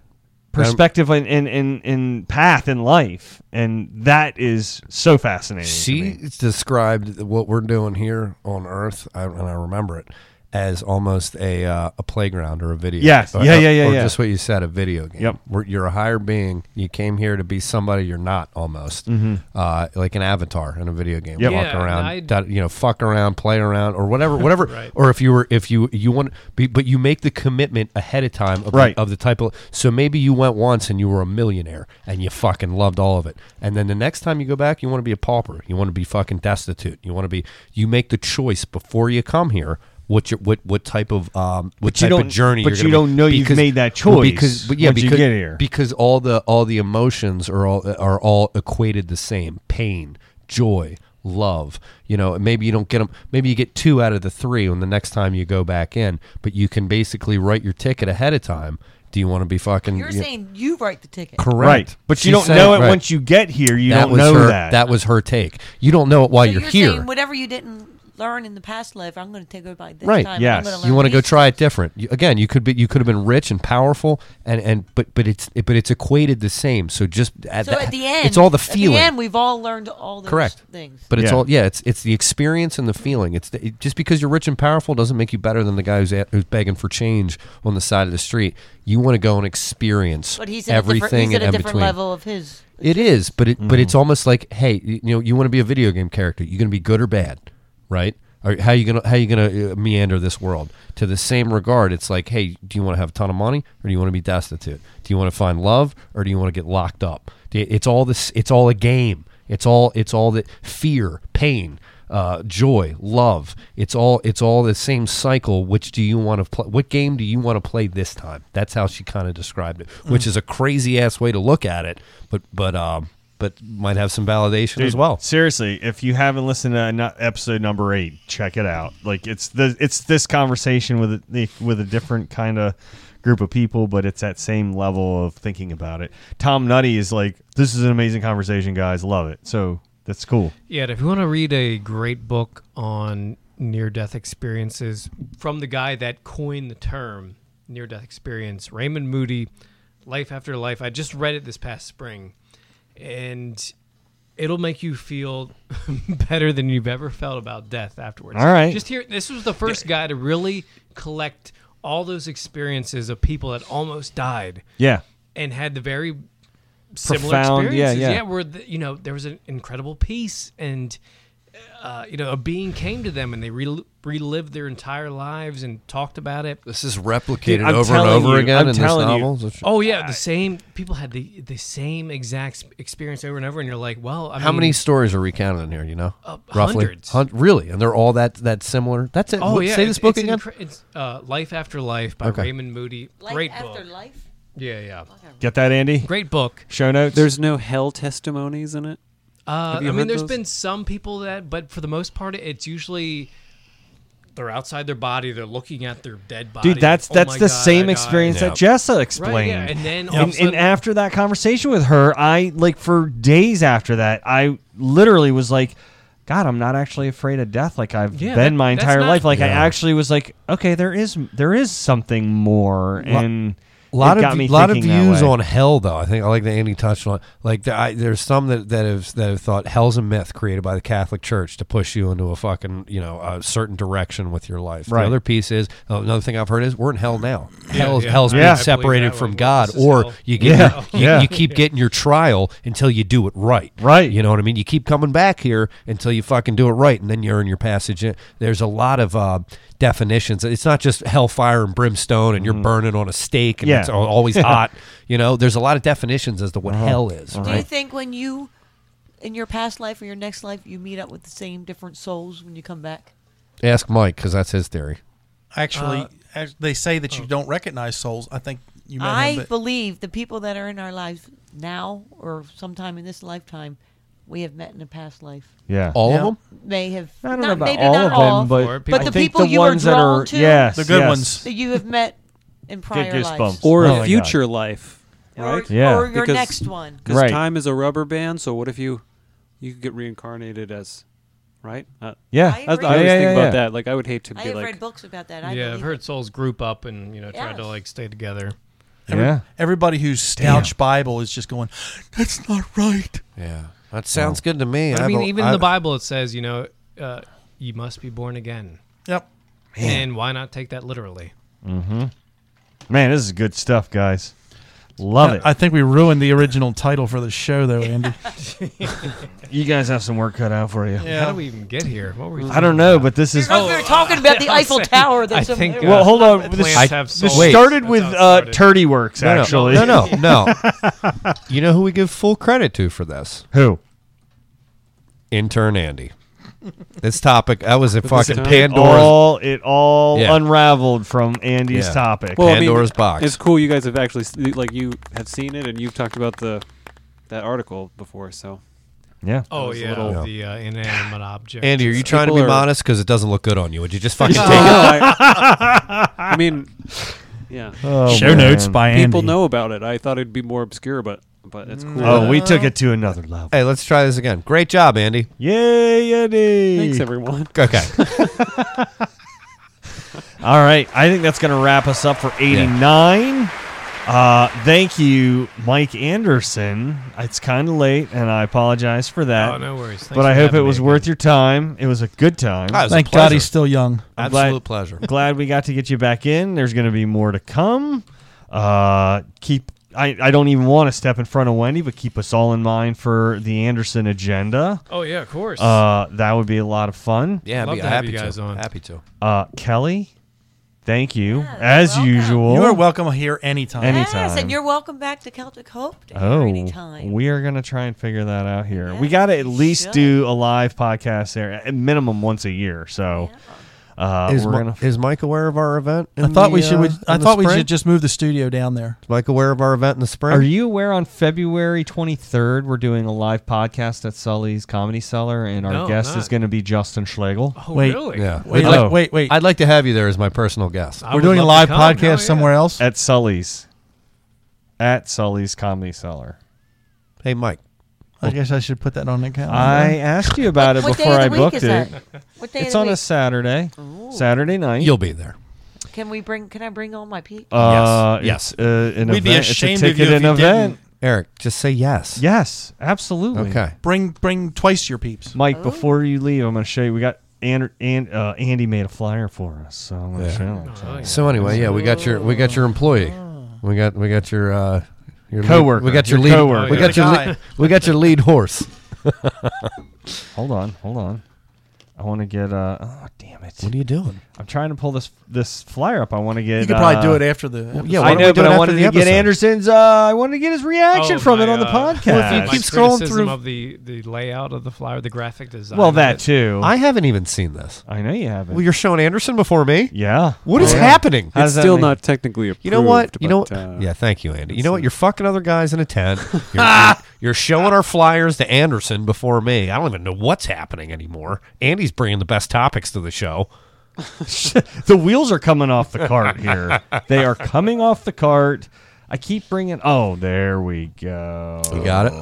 S6: perspective and and, and, and path in life and (laughs) that is so fascinating to
S7: She
S6: me.
S7: described what we're doing here on Earth, I, and I remember it as almost a uh, a playground or a video.
S6: Yes.
S7: or,
S6: Yeah, yeah, yeah,
S7: Or
S6: yeah.
S7: just what you said, a video game.
S6: Yep.
S7: Where you're a higher being. You came here to be somebody you're not, almost
S6: Mhm.
S7: uh, like an avatar in a video game.
S6: Yep.
S7: Walk
S6: Yeah, and
S7: around,
S10: I'd-
S7: dot- you know, fuck around, play around, or whatever, whatever.
S10: Right.
S7: Or if you were, if you you want, be, but you make the commitment ahead of time of,
S6: Right.
S7: the, of the type of. So maybe you went once and you were a millionaire and you fucking loved all of it, and then the next time you go back, you want to be a pauper, you want to be fucking destitute, you want to be. You make the choice before you come here. What your what what type of um what
S6: But you
S7: type
S6: don't-
S7: of journey?
S6: but
S7: you're
S6: you
S7: gonna
S6: don't
S7: be.
S6: know you've made that
S7: well,
S6: choice
S7: because but yeah
S6: once you
S7: because
S6: get here.
S7: because all the all the emotions are all are all equated the same pain joy love you know maybe you don't get them maybe you get two out of the three when the next time you go back in but you can basically write your ticket ahead of time do you want to be fucking
S9: You're
S7: you-
S9: saying you write the ticket.
S7: correct
S6: Right. But you
S7: She's
S6: don't
S7: saying-
S6: know it
S7: right.
S6: once you get here. You
S7: That
S6: don't
S7: was
S6: know
S7: her-
S6: that.
S7: that was her take you don't know it while
S9: So
S7: you're,
S9: you're
S7: here
S9: saying whatever you didn't learn in the past life, I'm going to take it by this
S7: right
S9: time.
S7: yes you want to go try it different you, again you could be you could have been rich and powerful and and but but it's but it's equated the same so just at,
S9: So at the end,
S7: it's all the feeling
S9: At the end, we've all learned all those
S7: correct
S9: things.
S7: but it's
S6: Yeah.
S7: all yeah it's it's the experience and the feeling it's the, it- just because you're rich and powerful doesn't make you better than the guy who's, at, who's begging for change on the side of the street you want to go and experience
S9: But he's at a different-
S7: everything
S9: he's at
S7: and
S9: a
S7: in
S9: different
S7: between.
S9: level of his
S7: it is but it but it's almost like hey you know you want to be a video game character you're going to be good or bad right or how you gonna how you gonna uh, meander this world? To the same regard, it's like, hey, do you want to have a ton of money or do you want to be destitute? Do you want to find love or do you want to get locked up? Do you- It's all this. It's all a game. It's all it's all that fear, pain, uh, joy, love. It's all it's all the same cycle. Which do you want to play? What game do you want to play this time? That's how she kind of described it, which is a crazy ass way to look at it, but but um but might have some validation as
S6: Dude,
S7: well.
S6: Seriously, if you haven't listened to no- episode number eight, check it out. Like it's the it's this conversation with a, with a different kind of group of people, but it's that same level of thinking about it. Tom Nutty is like, this is an amazing conversation, guys. Love it. So That's cool.
S10: Yeah, and if you want to read a great book on near death experiences from the guy that coined the term near death experience, Raymond Moody, Life After Life, I just read it this past spring, and it'll make you feel (laughs) better than you've ever felt about death afterwards.
S6: All right.
S10: Just here, this was the first guy to really collect all those experiences of people that almost died.
S6: Yeah.
S10: And had the very similar
S6: Profound, yeah,
S10: experiences.
S6: yeah.
S10: where the, you know there was an incredible peace and uh, you know a being came to them and they rel relived their entire lives and talked about it.
S7: This is replicated I'm over and telling over you, again I'm in this telling you. novel?
S10: Oh yeah, the same people had the the same exact experience over and over, and you're like, well, I
S7: How
S10: mean,
S7: many stories are recounted in here? You know,
S10: Uh, hundreds.
S7: Hun- really, and they're all that that similar. That's it.
S10: Oh
S7: What-
S10: yeah,
S7: say this
S10: it's-
S7: book
S10: it's
S7: again.
S10: incre- it's uh, Life After Life by
S7: Okay.
S10: Raymond Moody.
S9: Life
S10: Great
S9: after
S10: book.
S9: life.
S10: Yeah, yeah.
S6: Get that, Andy?
S10: Great book.
S6: Show notes.
S11: There's no hell testimonies in it.
S10: Uh,
S11: Have you
S10: I mean,
S11: heard
S10: there's
S11: those?
S10: been some people that, but for the most part, it's usually they're outside their body. They're looking at their dead body.
S6: Dude, that's
S10: Oh
S6: that's
S10: my
S6: the
S10: God,
S6: same
S10: I
S6: experience
S10: died.
S6: that Jessa explained.
S10: Right, yeah, and then all of a
S6: and,
S10: sudden-
S6: and after that conversation with her, I like for days after that, I literally was like, God, I'm not actually afraid of death like I've
S10: Yeah,
S6: been
S10: that-
S6: my
S10: that's
S6: entire
S10: not-
S6: life. Like I
S10: Yeah.
S6: actually was like, okay, there is there is something more,
S7: Lo-
S6: and
S7: a lot
S6: it
S7: of
S6: got me
S7: a lot of
S6: thinking that
S7: views
S6: way.
S7: on hell though. I think I like that Andy touched on. Like the, I, there's some that, that have that have thought hell's a myth created by the Catholic Church to push you into a fucking you know a certain direction with your life.
S6: Right.
S7: The other piece is uh, another thing I've heard is we're in hell now.
S6: Yeah,
S7: hell's
S6: yeah.
S7: hell's
S6: Yeah. I
S7: being
S6: believe
S7: separated
S6: that
S7: from
S6: one.
S7: God,
S6: This is
S7: or
S6: hell.
S7: you get
S6: Yeah.
S7: your,
S6: Yeah.
S7: You, you keep getting your trial until you do it right.
S6: Right.
S7: You know what I mean? You keep coming back here until you fucking do it right, and then you earn your passage. in. There's a lot of uh, definitions. It's not just hellfire and brimstone, and you're burning on a stake,
S6: Mm-hmm.
S7: and
S6: Yeah.
S7: it's
S6: (laughs)
S7: al- always hot. You know, there's a lot of definitions as to what
S6: Uh-huh.
S7: hell is.
S9: Do you
S7: Right?
S9: think when you, in your past life or your next life, you meet up with the same different souls when you come back?
S7: Ask Mike because that's his theory.
S8: Actually,
S9: Uh,
S8: act- they say that you don't recognize souls. I think you met
S9: I
S8: him, but
S9: believe the people that are in our lives now or sometime in this lifetime, we have met in a past life.
S6: Yeah. All of Yeah. them?
S9: May have.
S6: I don't
S9: not,
S6: know about
S9: maybe
S6: all
S9: not
S6: of
S9: all,
S6: them, but- Or people-
S9: but the
S6: I think
S9: people
S6: the
S9: you
S6: ones
S9: are
S6: that
S9: drawn
S6: are-
S9: to,
S6: yes, The good yes.
S11: ones.
S9: that you have met in prior lives.
S11: or
S6: Oh
S11: a
S6: my
S11: future life,
S9: Or-
S11: right?
S9: Yeah. or your next one.
S11: Because
S6: Right.
S11: time is a rubber band. So what if you you could get reincarnated as, right? Uh,
S6: Yeah. I
S11: I, that's,
S6: agree.
S11: I always
S6: Yeah, yeah,
S11: think
S6: yeah.
S11: about that. Like I would hate to
S9: I
S11: be
S9: have
S11: like
S9: read books about that. I
S10: yeah, I've
S9: believe
S10: heard souls group up and you know try to
S9: Yes.
S10: like stay together.
S8: every-
S6: Yeah.
S8: everybody who's staunch Bible is just going, that's not right.
S7: Yeah, that sounds good to me.
S10: But I
S7: I've
S10: mean,
S7: al-
S10: even in
S7: I've-
S10: the Bible it says, you know, uh, you must be born again.
S8: Yep.
S10: And why not take that literally?
S6: Mm-hmm. Man, this is good stuff, guys. Love it.
S8: I think we ruined the original title for the
S10: (laughs)
S8: show, though, Andy.
S6: you guys have some work cut out for you.
S10: How do we even get here? What were we
S6: I don't know, but this is.
S9: Because we were talking about the Eiffel Tower. That's
S10: I
S9: a-
S10: think,
S6: Well, hold on.
S10: plants
S6: This,
S10: have
S6: this
S10: souls.
S6: started
S10: That's
S6: with
S10: how it
S6: uh,
S10: started.
S6: Turdy Works,
S7: No, no,
S6: actually. (laughs)
S7: no, no, no. you know who we give full credit to for this?
S6: Who?
S7: Intern Andy. This topic that was a fucking
S6: It
S7: Pandora's
S6: all, it all
S7: Yeah.
S6: unraveled from Andy's topic.
S11: Well, I mean,
S7: Pandora's box.
S11: It's cool you guys have actually s- like you have seen it and you've talked about the that article before. So
S6: Yeah.
S10: Oh
S11: Those
S10: yeah,
S11: little-
S10: the uh, inanimate object.
S7: Andy, are you trying to be
S11: People are-
S7: modest? Because it doesn't look good on you. Would you just
S11: (laughs)
S7: fucking
S11: No,
S7: take it?
S6: (laughs)
S11: I, I mean, yeah.
S6: Oh, Show man. notes by
S11: People
S6: Andy.
S11: know about it. I thought it'd be more obscure, but but it's cool.
S6: Oh, we took it to another level.
S7: Hey, let's try this again. Great job, Andy.
S6: Yay, Andy!
S11: Thanks, everyone.
S7: (laughs) Okay.
S6: All right. I think that's going to wrap us up for 89. Uh, thank you, Mike Anderson. It's kind of late, and I apologize for that.
S10: Oh, no worries. Thanks
S6: but I
S10: for
S6: hope it
S10: having me
S6: was
S10: again.
S6: worth your time. It was a good time.
S7: Ah, it was a Thank God pleasure. he's
S8: still young.
S6: I'm glad-
S7: Absolute pleasure.
S6: Glad we got to get you back in. There's going to be more to come. Uh, keep. I, I don't even want to step in front of Wendy, but keep us all in mind for the Anderson agenda.
S10: Oh, yeah, of course.
S6: Uh, that would be a lot of fun.
S7: Yeah, I'd
S10: Love
S7: be
S10: to have
S7: happy
S10: you guys
S7: to.
S10: on.
S7: Happy to.
S6: Uh, Kelly, thank you as usual.
S8: You are welcome here anytime.
S6: Anytime.
S9: Yes, and you're welcome back to Celtic Hope.
S6: Oh,
S9: anytime.
S6: we are gonna try and figure that out here. we got to at least do a live podcast there, at minimum once a year. So uh,
S7: is,
S6: we're
S7: Mi-
S6: gonna
S7: is Mike aware of our event?
S8: I
S7: in
S8: thought we
S7: the,
S8: should.
S7: uh,
S8: we- I
S7: in the
S8: thought we
S7: spring?
S8: should just move the studio down there.
S7: Is Mike aware of our event in the spring?
S6: Are you aware on February 23rd we're doing a live podcast at Sully's Comedy Cellar and our
S10: No,
S6: guest
S10: not.
S6: is going to be Justin Schlegel.
S10: Oh,
S8: Wait.
S10: really?
S7: Yeah.
S8: Wait,
S7: I'd like-
S8: like- wait, wait.
S7: I'd like to have you there as my personal guest.
S10: I
S8: We're
S10: would
S8: doing a
S10: love
S8: live
S10: to
S7: Oh,
S10: come.
S8: podcast
S10: Hell yeah.
S8: somewhere else.
S6: At Sully's. At Sully's Comedy Cellar.
S7: Hey, Mike.
S8: I guess I should put that on the calendar.
S6: I asked you about it
S9: What day
S6: before
S9: of
S6: I
S9: the week
S6: booked
S9: is
S6: it.
S9: that? What day of
S6: It's
S9: the
S6: on a
S9: week?
S6: Saturday, Saturday night.
S7: You'll be there.
S9: Can we bring? Can I bring all my people?
S6: Uh,
S7: Yes.
S6: it's, uh, an
S7: We'd be
S6: event- it's a
S7: ashamed of you
S6: ticket
S7: if
S6: and
S7: you
S6: event.
S7: didn't. Eric, just say yes.
S6: Yes, absolutely.
S7: Okay.
S8: Bring bring twice your peeps. Oh.
S6: Mike, before you leave, I'm going to show you. We got and, and uh, Andy made a flyer for us, so I'm going to
S7: Oh, Yeah.
S6: show it.
S10: Oh,
S6: to you.
S7: So anyway, yeah, we got your we got your employee. We got we got your uh your lead-
S6: Coworker.
S7: we got your
S6: Your
S7: lead.
S6: coworker.
S7: We got your
S6: Guy.
S7: lead, we got your lead horse.
S6: (laughs) Hold on, hold on. I want to get. Uh, oh, damn it! What
S7: are you doing?
S6: I'm trying to pull this this flyer up. I want to get.
S8: You could probably
S6: uh,
S8: do it after the episode.
S6: I know, but I wanted to get Anderson's. Uh, I wanted to get his reaction
S10: Oh,
S6: from it
S10: my,
S6: on the
S10: uh,
S6: podcast.
S10: my criticism of the, the layout of the flyer, the graphic design. of it.
S6: too.
S7: I haven't even seen this.
S6: I know you haven't.
S7: Well, you're showing Anderson before me.
S6: Yeah.
S7: What is
S11: Yeah.
S7: happening?
S11: How does It's that still make- not technically
S7: You know what?
S11: approved,
S7: You know.
S11: but, uh,
S7: yeah. Thank you, Andy. You know what? You're fucking other guys in
S6: (laughs)
S7: a tent. You're, you're- you're showing our flyers to Anderson before me. I don't even know what's happening anymore. Andy's bringing the best topics to the show.
S6: (laughs) the wheels are coming off the cart
S7: (laughs)
S6: here. they are coming off the cart. I keep bringing. Oh, there we go.
S7: You got it?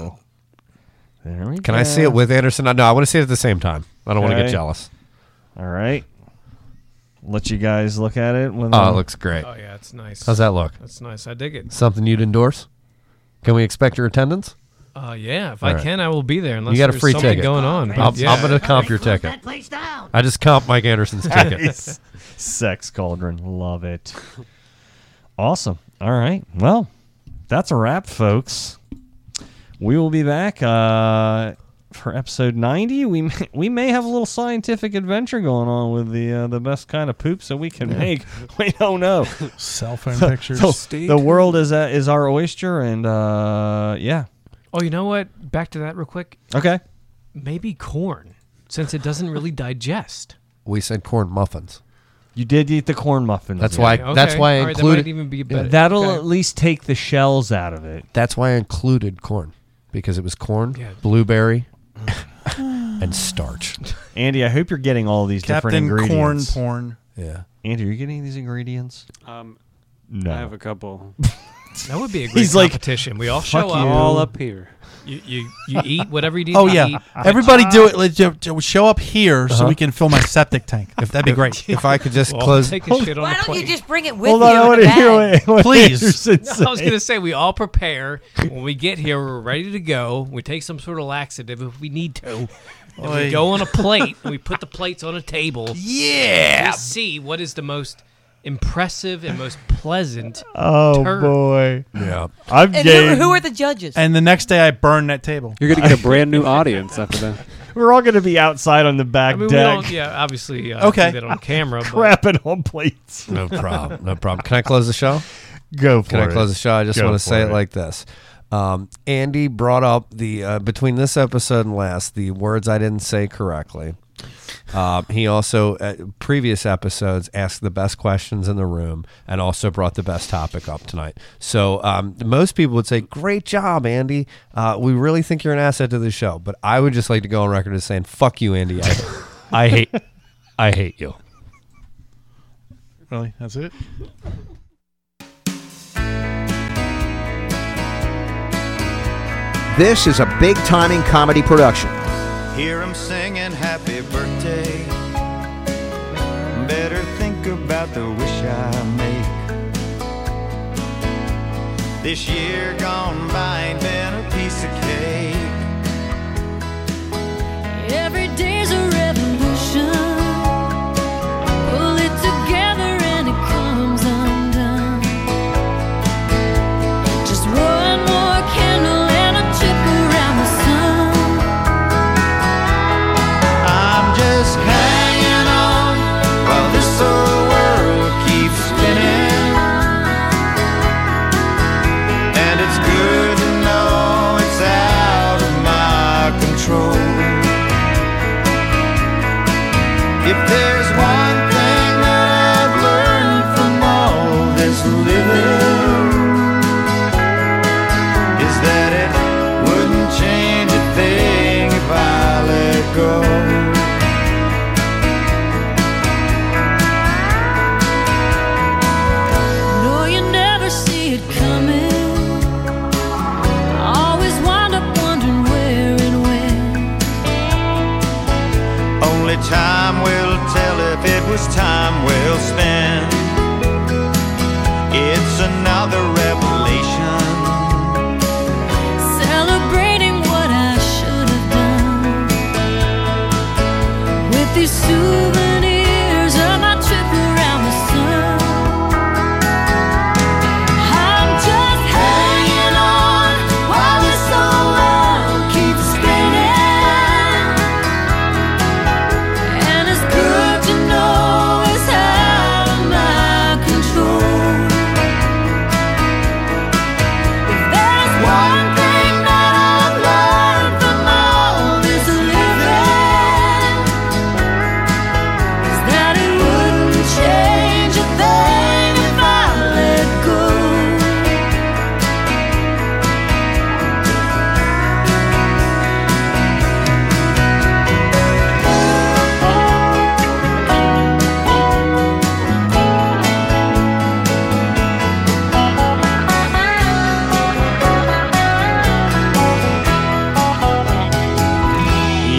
S6: There we go.
S7: Can I see it with Anderson? No, I want to see it at the same time. I don't want to get
S6: Okay.
S7: jealous.
S6: All right. Let you guys look at it. When
S7: Oh,
S6: the-
S7: it looks great.
S10: Oh, yeah, it's nice.
S7: How's that look?
S10: That's nice. I dig it.
S7: Something you'd endorse? Can we expect your attendance?
S10: Uh, yeah, if
S7: All
S10: I
S7: right.
S10: can, I will be there. Unless
S7: you got a
S10: there's
S7: free
S10: something
S7: ticket
S10: going on. but
S7: I'm,
S10: yeah.
S7: I'm going to comp your ticket. I just comp Mike Anderson's ticket.
S6: Nice. Sex Cauldron. Love it. Awesome. All right. Well, that's a wrap, folks. We will be back uh, for episode 90. We may, we may have a little scientific adventure going on with the uh, the best kind of poop that we can
S8: Yeah.
S6: make. (laughs) We don't know.
S8: Cell
S7: (laughs)
S8: phone
S6: So-
S8: pictures.
S6: so
S8: Stay
S6: (laughs) the
S8: tuned.
S6: world is uh, is our oyster, and uh, yeah.
S10: Oh, you know what? Back to that real quick.
S6: Okay.
S10: Maybe corn, since it doesn't really digest.
S7: we said corn muffins.
S6: You did eat the corn muffins.
S7: That's why.
S10: Okay,
S7: That's why I
S10: all right, that might
S7: included.
S10: even be
S7: yeah,
S10: better.
S6: That'll
S10: Okay.
S6: at least take the shells out of it.
S7: that's why I included corn because it was corn,
S10: Yeah.
S7: blueberry, (laughs) and starch.
S6: Andy, I hope you're getting all these
S8: Captain
S6: different
S8: Corn
S6: ingredients.
S8: Porn.
S7: Yeah.
S6: Andy, are you getting these ingredients?
S11: Um,
S6: No.
S11: I have a
S6: (laughs)
S11: couple.
S10: That would be a great
S6: He's like,
S10: competition. we all
S6: "Fuck
S10: show up.
S6: you."
S11: All up here.
S10: You, you, you eat whatever you need
S8: Oh
S10: to
S8: yeah,
S10: eat.
S8: everybody
S10: (laughs)
S8: do it. Let's ju- ju- Show up here so
S7: Uh-huh.
S8: we can fill my septic tank. That'd
S10: (laughs)
S8: be great.
S7: If I could just
S10: Well,
S7: close.
S10: Take a shit on
S9: Why
S10: the
S9: don't you
S10: plate.
S9: just bring it with
S6: Hold
S9: you?
S6: on, I
S9: in
S6: want
S9: a
S6: to hear
S9: bag?
S6: what, what
S8: Please.
S6: Anderson
S10: No, I was
S6: said.
S10: going to say we all prepare. When we get here, we're ready to go. We take some sort of laxative if we need to. And
S8: Oy.
S10: we go on a plate. and we put the plates on a table. Yeah. We see what is the most impressive and most pleasant.
S6: (laughs) Oh
S10: turd.
S6: boy,
S7: Yeah.
S6: I'm
S9: And
S6: game.
S9: who, who are the judges?
S8: And the next day, I burn that table.
S11: You're
S8: (laughs)
S11: gonna get a brand new audience after that.
S6: We're all going to be outside on the
S10: I
S6: back
S10: mean, we
S6: deck,
S10: don't. Yeah, obviously. Uh,
S8: Okay.
S10: do That
S6: (laughs)
S10: on camera. but-
S6: crapping on plates.
S7: No problem. No problem. Can I close the show?
S6: Go for
S7: Can
S6: it.
S7: I close the show? I just
S6: Go
S7: want to
S6: for
S7: say it, like this. Um, Andy brought up the uh, between this episode and last the words I didn't say correctly. Um, he also at previous episodes asked the best questions in the room and also brought the best topic up tonight. So um, most people would say, "Great job, Andy. Uh, we really think you're an asset to the show." But I would just like to go on record as saying, "Fuck you, Andy. I, I hate, I hate you."
S8: Really, that's it.
S1: This is a big timing comedy production.
S12: Hear him singing happy birthday. Better think about the wish I make. This year gone by ain't been a piece of cake.
S16: Every day's a revolution. Pull it together and it comes undone. Just one more candle and a trip around the sun.
S12: I'm just hanging on while this old world keeps spinning. And it's good to know it's out of my control. If there's one thing that I've learned from all this living, is that it wouldn't change a thing if I let go.
S16: No, you never see it coming. Always wind up wondering where
S12: Time will tell if it was time well spent. It's another revelation.
S5: Celebrating what I should have done with these souvenirs of my trip around the sun. I'm just hanging on while this whole world keeps spinning. And it's good to know it's out of my control. There's one thing that I've learned from all this living is that it wouldn't change a thing if I let go.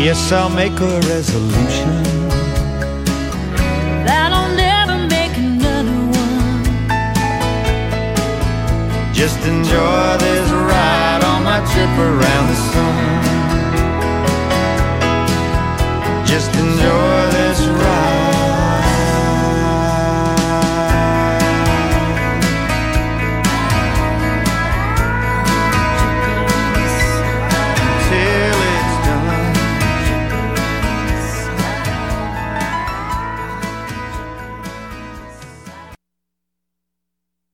S12: Yes, I'll make a resolution.
S5: That I'll never make another one.
S12: Just enjoy this ride on my trip around the sun. Just enjoy this.